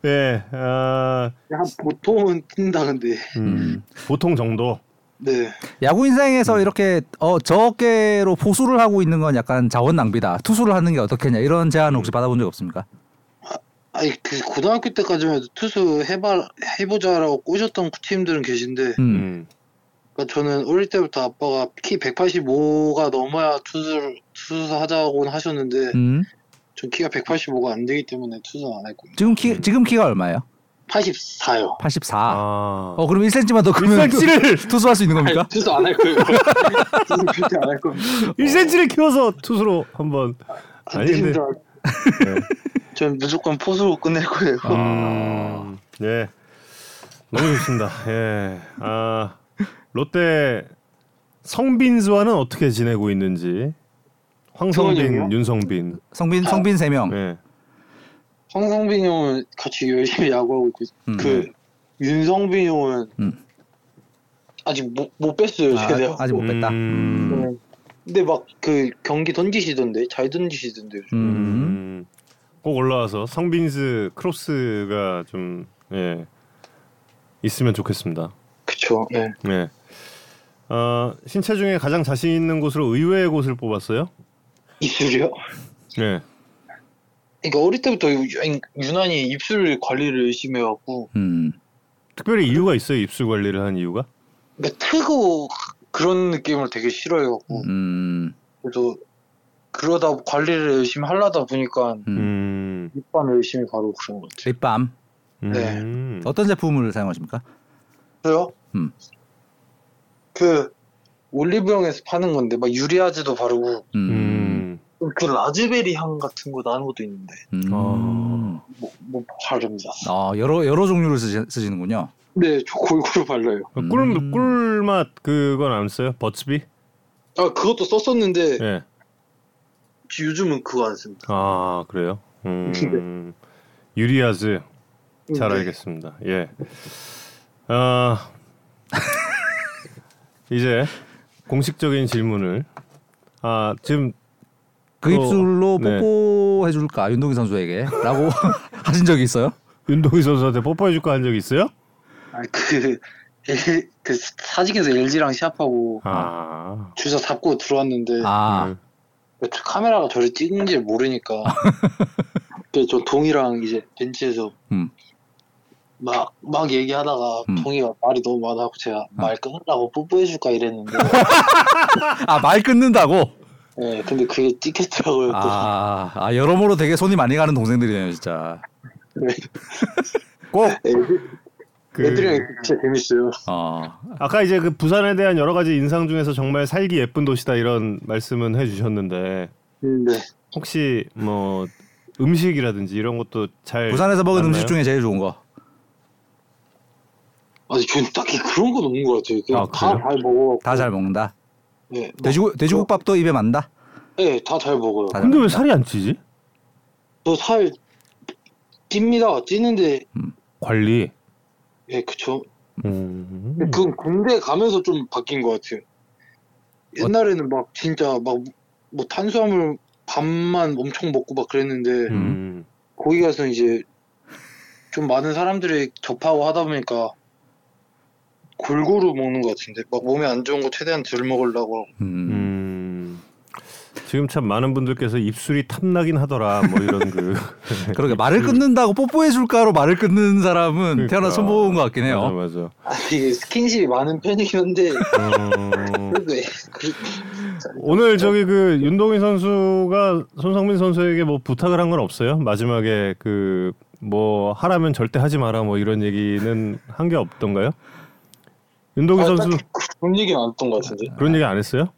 Speaker 1: 예. 아,
Speaker 4: 한 보통은 뛴다 근데.
Speaker 1: 음. 보통 정도.
Speaker 4: 네.
Speaker 2: 야구 인생에서
Speaker 1: 음.
Speaker 2: 이렇게 어, 저 어깨로 포수를 하고 있는 건 약간 자원 낭비다. 투수를 하는 게 어떻겠냐 이런 제안 혹시 받아본 적 없습니까?
Speaker 4: 아니 그 고등학교 때까지만 해도 투수 해봐 해보자라고 꼬셨던 팀들은 계신데
Speaker 2: 음.
Speaker 1: 음.
Speaker 4: 그러니까 저는 어릴 때부터 아빠가 키 185가 넘어야 투수를 투수 하자고는 하셨는데
Speaker 2: 음.
Speaker 4: 전 키가 185가 안 되기 때문에 투수는 안 했고
Speaker 2: 지금 키 지금 키가 얼마예요?
Speaker 4: 84요.
Speaker 1: 음.
Speaker 2: 84.
Speaker 1: 아.
Speaker 2: 어 그럼 1cm만 더 크면 그
Speaker 1: 1cm를
Speaker 2: 투수할 수 있는 겁니까?
Speaker 4: 아니, 투수 안 할 거예요. 투수 절대 안할 겁니다.
Speaker 1: 1cm를 키워서 투수로 한번.
Speaker 4: 안
Speaker 1: 아니, 근데-
Speaker 4: 됩니다.
Speaker 2: 네.
Speaker 4: 전 무조건 포수로 끝낼 거예요.
Speaker 2: 아.
Speaker 1: 음. 예. 너무 좋습니다. 예. 아 롯데 성빈스와는 어떻게 지내고 있는지.
Speaker 4: 성원이요?
Speaker 1: 황성빈, 윤성빈.
Speaker 2: 성빈 성빈 3명.
Speaker 1: 예.
Speaker 4: 황성빈 형은 같이 열심히 야구하고 있고
Speaker 2: 음.
Speaker 4: 그 윤성빈 형은
Speaker 2: 음.
Speaker 4: 아직 못, 못 뺐어요 제대로.
Speaker 2: 아, 아직 못 뺐다.
Speaker 1: 음.
Speaker 2: 음.
Speaker 4: 네. 근데 막 그 경기 던지시던데 잘 던지시던데. 요즘.
Speaker 2: 음.
Speaker 1: 음. 꼭 올라와서 성빈스 크로스가 좀 예. 있으면 좋겠습니다.
Speaker 4: 그쵸. 네.
Speaker 1: 예. 어, 신체 중에 가장 자신 있는 곳으로 의외의 곳을 뽑았어요.
Speaker 4: 입술이요.
Speaker 1: 예.
Speaker 4: 그러니까 어릴 때부터 유- 유- 유난히 입술 관리를 열심히 해갖고
Speaker 2: 음.
Speaker 1: 특별히 이유가 있어요. 입술 관리를 한 이유가?
Speaker 4: 그러니까 트고 그런 느낌을 되게 싫어해갖고
Speaker 2: 음.
Speaker 4: 그래서 그러다 관리를 열심히 하려다 보니까
Speaker 2: 음.
Speaker 1: 음.
Speaker 4: 밑밤 열심히 바로 그런 것 같아요.
Speaker 2: 립밤
Speaker 4: 네.
Speaker 1: 음.
Speaker 2: 어떤 제품을 사용하십니까?
Speaker 4: 그래요?
Speaker 2: 음.
Speaker 4: 그 올리브영에서 파는 건데 막 유리아즈도 바르고
Speaker 2: 음.
Speaker 1: 음.
Speaker 4: 그 라즈베리 향 같은 거 나는 것도 있는데
Speaker 2: 음.
Speaker 1: 어.
Speaker 4: 뭐, 뭐 바릅니다.
Speaker 2: 아 여러 여러 종류를 쓰시, 쓰시는군요.
Speaker 4: 네, 저 골고루 발라요.
Speaker 2: 음.
Speaker 1: 꿀 꿀맛 그건 안 써요? 버츠비?
Speaker 4: 아 그것도 썼었는데
Speaker 1: 예. 네.
Speaker 4: 요즘은 그거 안 씁니다.
Speaker 1: 아 그래요? 음. 유리아즈 잘 알겠습니다. 예. 아 이제 공식적인 질문을 아 지금
Speaker 2: 그 입술로
Speaker 1: 어, 네.
Speaker 2: 뽀뽀해 줄까 윤동희 선수에게라고 하신 적이 있어요?
Speaker 1: 윤동희 선수한테 뽀뽀해 줄거 한 적 있어요?
Speaker 4: 아그 그 사직에서 LG랑 시합하고
Speaker 1: 아.
Speaker 4: 주사 잡고 들어왔는데
Speaker 2: 아
Speaker 1: 음.
Speaker 4: 그 카메라가 저를 찍는지 모르니까 그래서 저 동이랑 이제 벤치에서
Speaker 2: 음.
Speaker 4: 막, 막 얘기하다가
Speaker 2: 음.
Speaker 4: 동이가 말이 너무 많아서 제가 말 끊으라고 뽀뽀해줄까 이랬는데
Speaker 2: 아, 말 끊는다고.
Speaker 4: 예, 근데 그게 찍혔더라고요 또.
Speaker 2: 아, 아 여러모로 되게 손이 많이 가는 동생들이네요 진짜.
Speaker 1: 꼭
Speaker 4: 애들,
Speaker 2: 그
Speaker 4: 애들이랑 진짜 재밌어요
Speaker 2: 어.
Speaker 1: 그 아까 이제 그 부산에 대한 여러 가지 인상 중에서 정말 살기 예쁜 도시다 이런 말씀은 해주셨는데
Speaker 4: 근데
Speaker 1: 혹시 뭐 음식이라든지 이런 것도 잘
Speaker 2: 부산에서 먹은
Speaker 1: 맞나요?
Speaker 2: 음식 중에 제일 좋은 거.
Speaker 4: 아니 저는 딱히 그런 건 없는 것 같아요 그냥
Speaker 1: 아, 그래요?
Speaker 4: 다잘 먹어
Speaker 2: 다 잘 먹는다.
Speaker 4: 예,
Speaker 2: 돼지 돼지국밥도 입에 맞는다.
Speaker 4: 예다 잘 먹어요
Speaker 2: 다 잘
Speaker 1: 근데 왜
Speaker 2: 먹는다.
Speaker 1: 살이 안 찌지?
Speaker 4: 저 살 찝니다 찌는데
Speaker 1: 관리.
Speaker 4: 예 그쵸
Speaker 1: 음.
Speaker 4: 근데 그건 군대 가면서 좀 바뀐 것 같아요. 옛날에는 막 진짜 막 뭐 탄수화물 밥만 엄청 먹고 막 그랬는데
Speaker 1: 음.
Speaker 4: 거기 가서 이제 좀 많은 사람들이 접하고 하다 보니까 골고루 먹는 것 같은데 막 몸에 안 좋은 거 최대한 덜 먹으려고
Speaker 2: 음.
Speaker 1: 음. 지금 참 많은 분들께서 입술이 탐나긴 하더라 뭐 이런 그
Speaker 2: 그러게 말을 끊는다고 뽀뽀해 줄까로 말을 끊는 사람은
Speaker 1: 그러니까.
Speaker 2: 태어나 처음 본것 같긴 해요.
Speaker 1: 맞아 맞아.
Speaker 4: 아, 이게 스킨십이 많은 편이긴 한데
Speaker 1: 어,
Speaker 4: 그래도 애- 그-
Speaker 1: 오늘 저기 그 윤동희 선수가 손성민 선수에게 뭐 부탁을 한 건 없어요? 마지막에 그 뭐 하라면 절대 하지 마라 뭐 이런 얘기는 한 게 없던가요? 윤동희
Speaker 4: 아,
Speaker 1: 선수
Speaker 4: 딱히 그런 얘기는 안 했던 것 같은데
Speaker 1: 그런 얘기 안 했어요?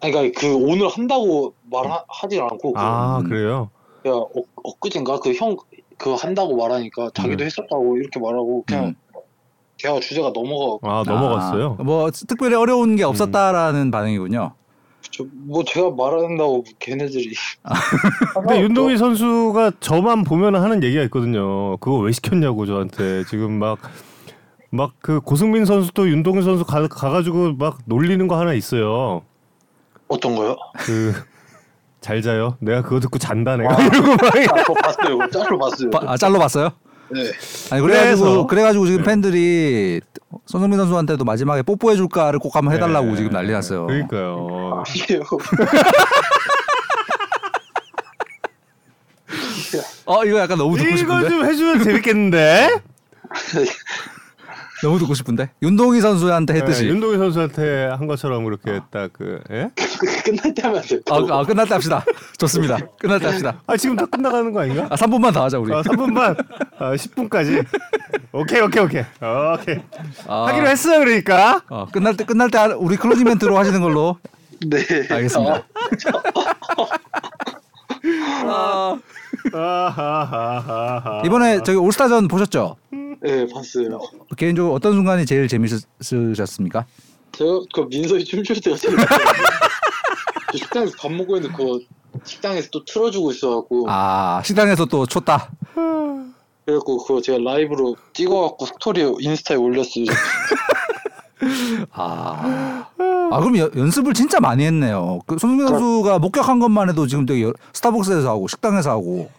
Speaker 4: 아니, 그러니까 그 오늘 한다고 말하진 않고 그
Speaker 1: 아
Speaker 2: 음.
Speaker 1: 그래요?
Speaker 4: 야, 엊, 엊그젠가 그 형, 그 한다고 말하니까 자기도
Speaker 1: 음.
Speaker 4: 했었다고 이렇게 말하고 그냥
Speaker 2: 음.
Speaker 4: 대화 주제가 넘어가고
Speaker 1: 아 넘어갔어요. 음.
Speaker 2: 아, 뭐 특별히 어려운 게 없었다라는 반응이군요.
Speaker 4: 저, 뭐 제가 말한다고 걔네들이
Speaker 2: 아,
Speaker 1: 근데
Speaker 2: 뭐.
Speaker 1: 윤동희 선수가 저만 보면 하는 얘기가 있거든요. 그거 왜 시켰냐고 저한테 지금 막 막 그 고승민 선수도 윤동희 선수 가, 가가지고 막 놀리는 거 하나 있어요.
Speaker 4: 어떤 거요?
Speaker 1: 그 잘 자요. 내가 그거 듣고 잔다 내가 이러고 막
Speaker 4: 아, 그거 봤어요. 그거 짤로 봤어요.
Speaker 2: 바- 아, 잘로 봤어요?
Speaker 4: 네.
Speaker 2: 아니 그래가지고
Speaker 1: 그래서- 네.
Speaker 2: 그래가지고 지금 팬들이 손흥민 선수한테도 마지막에 뽀뽀해 줄까를 꼭 한번 해달라고
Speaker 1: 네.
Speaker 2: 지금 난리 났어요.
Speaker 1: 그러니까요.
Speaker 4: 이게요. 뭐
Speaker 2: 어 이거 약간 너무 듣고
Speaker 1: 이거
Speaker 2: 싶은데
Speaker 1: 좀 해주면 재밌겠는데?
Speaker 2: 너무 듣고 싶은데 윤동희 선수한테 했듯이
Speaker 1: 네, 윤동희 선수한테 한 것처럼 그렇게 딱 그. 예?
Speaker 4: 그게 끝날 때 하면 안 돼요.
Speaker 2: 아, 아 끝날 때 합시다. 좋습니다. 끝날 때 합시다.
Speaker 1: 아 지금 다 끝나가는 거 아닌가?
Speaker 2: 아 3분만 더 하자 우리.
Speaker 1: 아, 3분만, 아, 10분까지. 오케이, 오케이, 오케이, 오케이.
Speaker 2: 아.
Speaker 1: 하기로 했어 그러니까.
Speaker 2: 어, 끝날 때 끝날 때 하- 우리 클로징 멘트로 하시는 걸로
Speaker 4: 네.
Speaker 2: 그- 아, 알겠습니다.
Speaker 1: 아하하하하.
Speaker 2: 이번에 저기 올스타전 보셨죠?
Speaker 4: 네, 봤어요.
Speaker 2: 개인적으로 어떤 순간이 제일 재밌으셨습니까?
Speaker 4: 제가 그 민서이 춤출 때가 제일 저 식당에서 밥 먹고 있는데 그거 식당에서 또 틀어주고 있어갖고
Speaker 2: 아 식당에서 또 쳤다.
Speaker 4: 그래갖고 그거 제가 라이브로 찍어갖고 스토리 인스타에 올렸어요.
Speaker 2: 아, 아 그럼 여- 연습을 진짜 많이 했네요. 그 손흥민 선수가 목격한 것만 해도 지금 되게 여- 스타벅스에서 하고 식당에서 하고.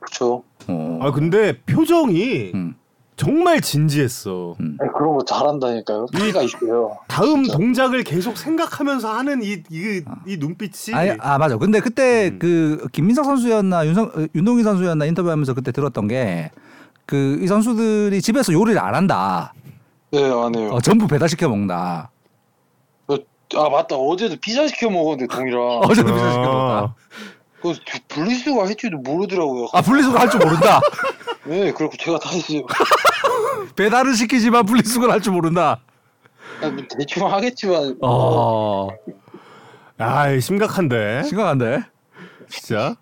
Speaker 4: 그쵸.
Speaker 2: 어.
Speaker 1: 아 근데 표정이
Speaker 2: 음.
Speaker 1: 정말 진지했어.
Speaker 4: 아니, 그런 거 잘한다니까요. 끼가 있어요.
Speaker 1: 다음 동작을 계속 생각하면서 하는 이 이 눈빛이
Speaker 2: 아니, 아 맞아. 근데 그때 그 김민석 선수였나 윤성 어, 윤동희 선수였나 인터뷰하면서 그때 들었던 게 그 이 선수들이 집에서 요리를 안 한다.
Speaker 4: 네, 안 해요. 그,
Speaker 2: 어, 전부 배달시켜 먹는다.
Speaker 4: 아, 맞다. 어제도 피자 시켜 먹었는데, 동이랑.
Speaker 2: 어제도 배달시켜 먹었다.
Speaker 4: 그 분리수거 할지도 모르더라고요.
Speaker 2: 아 분리수거 할 줄 모른다.
Speaker 4: 네, 그렇고 제가 다시
Speaker 2: 배달은 시키지만 분리수거를 할 줄 모른다.
Speaker 4: 아, 뭐 대충 하겠지만
Speaker 2: 어
Speaker 1: 아 심각한데
Speaker 2: 심각한데.
Speaker 1: 진짜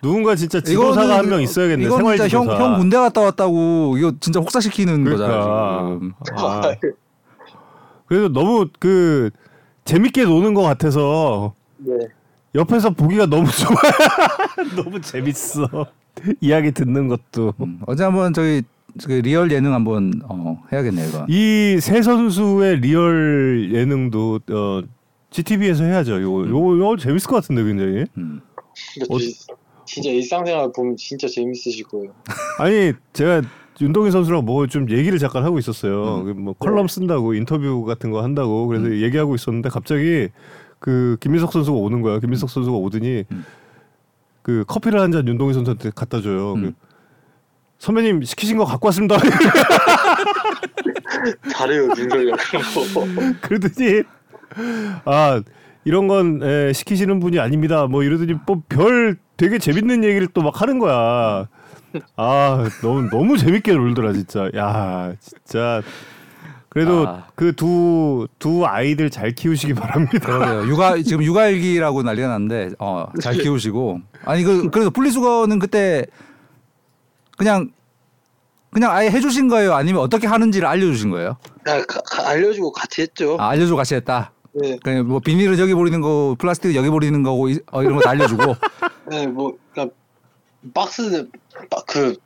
Speaker 1: 누군가 진짜 지도사가 한 명 있어야겠네
Speaker 2: 이건
Speaker 1: 생활
Speaker 2: 진짜
Speaker 1: 지도사
Speaker 2: 형, 형 군대 갔다 왔다고 이거 진짜 혹사시키는 거잖아.
Speaker 1: 그러니까
Speaker 2: 지금.
Speaker 1: 아, 그래도 너무 그 재밌게 노는 것 같아서
Speaker 4: 네.
Speaker 1: 옆에서 보기가 너무 좋아 너무 재밌어 이야기 듣는 것도
Speaker 2: 음, 어제 한번 저기, 저기 리얼 예능 한번 어, 해야겠네요. 이거.
Speaker 1: 이 세 선수의 리얼 예능도 어, GTV에서 해야죠 요거 요거, 요거 재밌을 것 같은데 굉장히
Speaker 2: 음.
Speaker 4: 근데
Speaker 1: 어.
Speaker 4: 진- 진짜 일상생활 보면 진짜 재밌으실 거예요.
Speaker 1: 아니 제가 윤동희 선수랑 뭐 좀 얘기를 잠깐 하고 있었어요. 그뭐 컬럼 쓴다고 인터뷰 같은 거 한다고 그래서 얘기하고 있었는데 갑자기 그 김민석 선수가 오는 거야. 김민석 선수가 오더니 그 커피를 한 잔 윤동희 선수한테 갖다 줘요. 그
Speaker 2: 음.
Speaker 1: 선배님 시키신 거 갖고 왔습니다.
Speaker 4: 잘해요 민석이 형.
Speaker 1: 그러더니 아 이런 건 에, 시키시는 분이 아닙니다. 뭐 이러더니 뭐 별 되게 재밌는 얘기를 또 막 하는 거야. 아 너무 너무 재밌게 놀더라 진짜. 야 진짜 그래도
Speaker 2: 아.
Speaker 1: 그 두 두 아이들 잘 키우시기 바랍니다.
Speaker 2: 그러게요. 육아 지금 육아일기라고 난리가 났는데 어, 잘
Speaker 1: 예.
Speaker 2: 키우시고 아니 그 그래서 분리수거는 그때 그냥 그냥 아예 해주신 거예요? 아니면 어떻게 하는지를 알려주신 거예요?
Speaker 4: 아, 가- 가- 알려주고 같이 했죠.
Speaker 2: 아, 알려주고 같이 했다.
Speaker 4: 네,
Speaker 2: 그냥 뭐 비닐을 저기 버리는 거, 플라스틱 여기 버리는 거고 이- 어, 이런 거 다 알려주고
Speaker 4: 네, 뭐 그러니까 박스 바- 그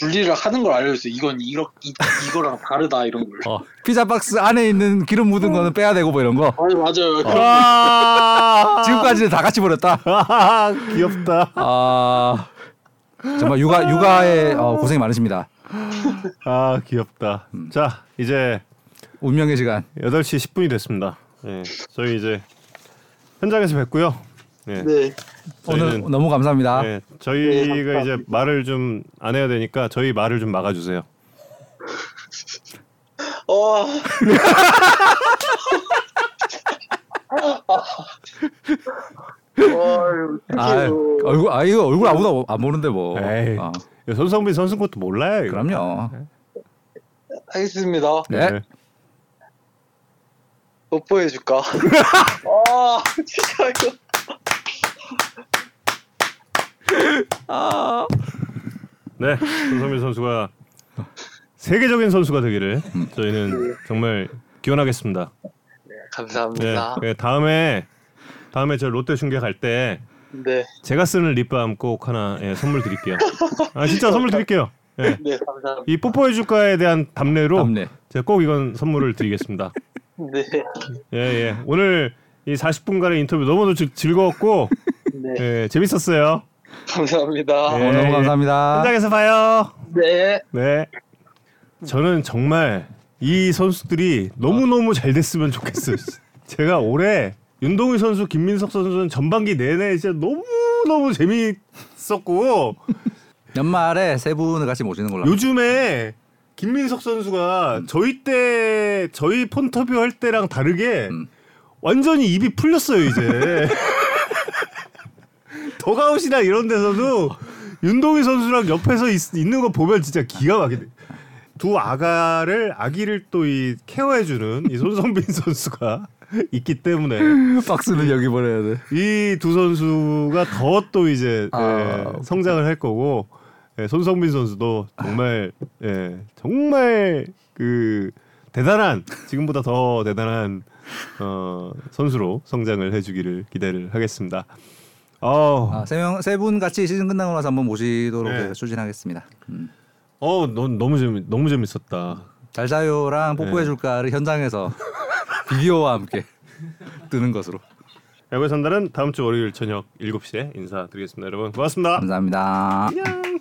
Speaker 4: 분리를 하는 걸 알려줬어요. 이건 이렇 이, 이거랑 다르다 이런 걸.
Speaker 2: 어, 피자 박스 안에 있는 기름 묻은 거는 빼야 되고 뭐 이런 거
Speaker 4: 아 맞아요.
Speaker 1: 아
Speaker 2: 지금까지는 다 같이 버렸다.
Speaker 1: 아, 귀엽다.
Speaker 2: 아 정말 육아 육아에 어, 고생이 많으십니다.
Speaker 1: 아 귀엽다. 자 이제
Speaker 2: 운명의 시간.
Speaker 1: 8시 10분이 됐습니다. 예, 저희 이제 현장에서 뵙고요. 예,
Speaker 4: 네.
Speaker 2: 오늘
Speaker 1: 저희는-
Speaker 2: 너무 감사합니다.
Speaker 1: 네,
Speaker 4: 네,
Speaker 1: 저희가
Speaker 4: 감사합니다.
Speaker 1: 이제 말을 좀 안 해야 되니까 저희 말을 좀 막아주세요.
Speaker 4: 어.
Speaker 2: 아
Speaker 4: 아,
Speaker 2: 얼굴 아 이거 얼굴 아무도 안 보는데 뭐.
Speaker 1: 에이,
Speaker 2: 어,
Speaker 1: 손성빈 선수 것도 몰라요. 이거.
Speaker 2: 그럼요.
Speaker 4: 알겠습니다.
Speaker 2: 네.
Speaker 4: 뽀뽀해 줄까? 아, 진짜 이거.
Speaker 1: 네, 손성빈 선수가 세계적인 선수가 되기를
Speaker 2: 음.
Speaker 1: 저희는 정말 기원하겠습니다. 네,
Speaker 4: 감사합니다.
Speaker 1: 네, 다음에 다음에 저 롯데 중계 갈 때
Speaker 4: 네.
Speaker 1: 제가 쓰는 립밤 꼭 하나 예, 선물 드릴게요. 아 진짜 선물 드릴게요. 예.
Speaker 4: 네, 감사합니다.
Speaker 1: 이 뽀뽀해 줄까에 대한 답례로
Speaker 2: 답례.
Speaker 1: 제가 꼭 이건 선물을 드리겠습니다.
Speaker 4: 네.
Speaker 1: 예, 예. 오늘 이 40분간의 인터뷰 너무도 즐- 즐거웠고
Speaker 4: 네.
Speaker 1: 예, 재밌었어요.
Speaker 4: 감사합니다.
Speaker 1: 네.
Speaker 2: 어, 너무 감사합니다.
Speaker 1: 현장에서 봐요.
Speaker 4: 네.
Speaker 1: 네. 저는 정말 이 선수들이 너무너무 잘 됐으면 좋겠어요. 제가 올해 윤동희 선수, 김민석 선수는 전반기 내내 진짜 너무너무 재밌었고
Speaker 2: 연말에 세 분을 같이 모시는 걸로.
Speaker 1: 요즘에 김민석 선수가 저희 때 저희 폰터뷰 할 때랑 다르게
Speaker 2: 음.
Speaker 1: 완전히 입이 풀렸어요 이제 더가웃이나 이런 데서도 윤동희 선수랑 옆에서 있, 는거 보면 진짜 기가 막히네 두 아가를 아기를 또 이 케어해주는 이 손성빈 선수가 있기 때문에
Speaker 2: 박스는 여기 버려야 돼.
Speaker 1: 이 두 선수가 더 또 이제
Speaker 2: 아,
Speaker 1: 예, 성장을 할 거고 예, 손성민 선수도 정말 예, 정말 그 대단한 지금보다 더 대단한 어, 선수로 성장을 해주기를 기대를 하겠습니다. 어,
Speaker 2: 아, 세명세 분 같이 시즌 끝나고 나서 한번 모시도록
Speaker 1: 네.
Speaker 2: 추진하겠습니다. 음.
Speaker 1: 어, 너, 너무 재미 너무 재밌었다.
Speaker 2: 잘 자요랑 뽀뽀해 줄까를 현장에서 비디오와 함께 뜨는 것으로.
Speaker 1: 야구의 산다는 다음 주 월요일 저녁 7시에 인사드리겠습니다. 여러분 고맙습니다.
Speaker 2: 감사합니다.
Speaker 1: 안녕.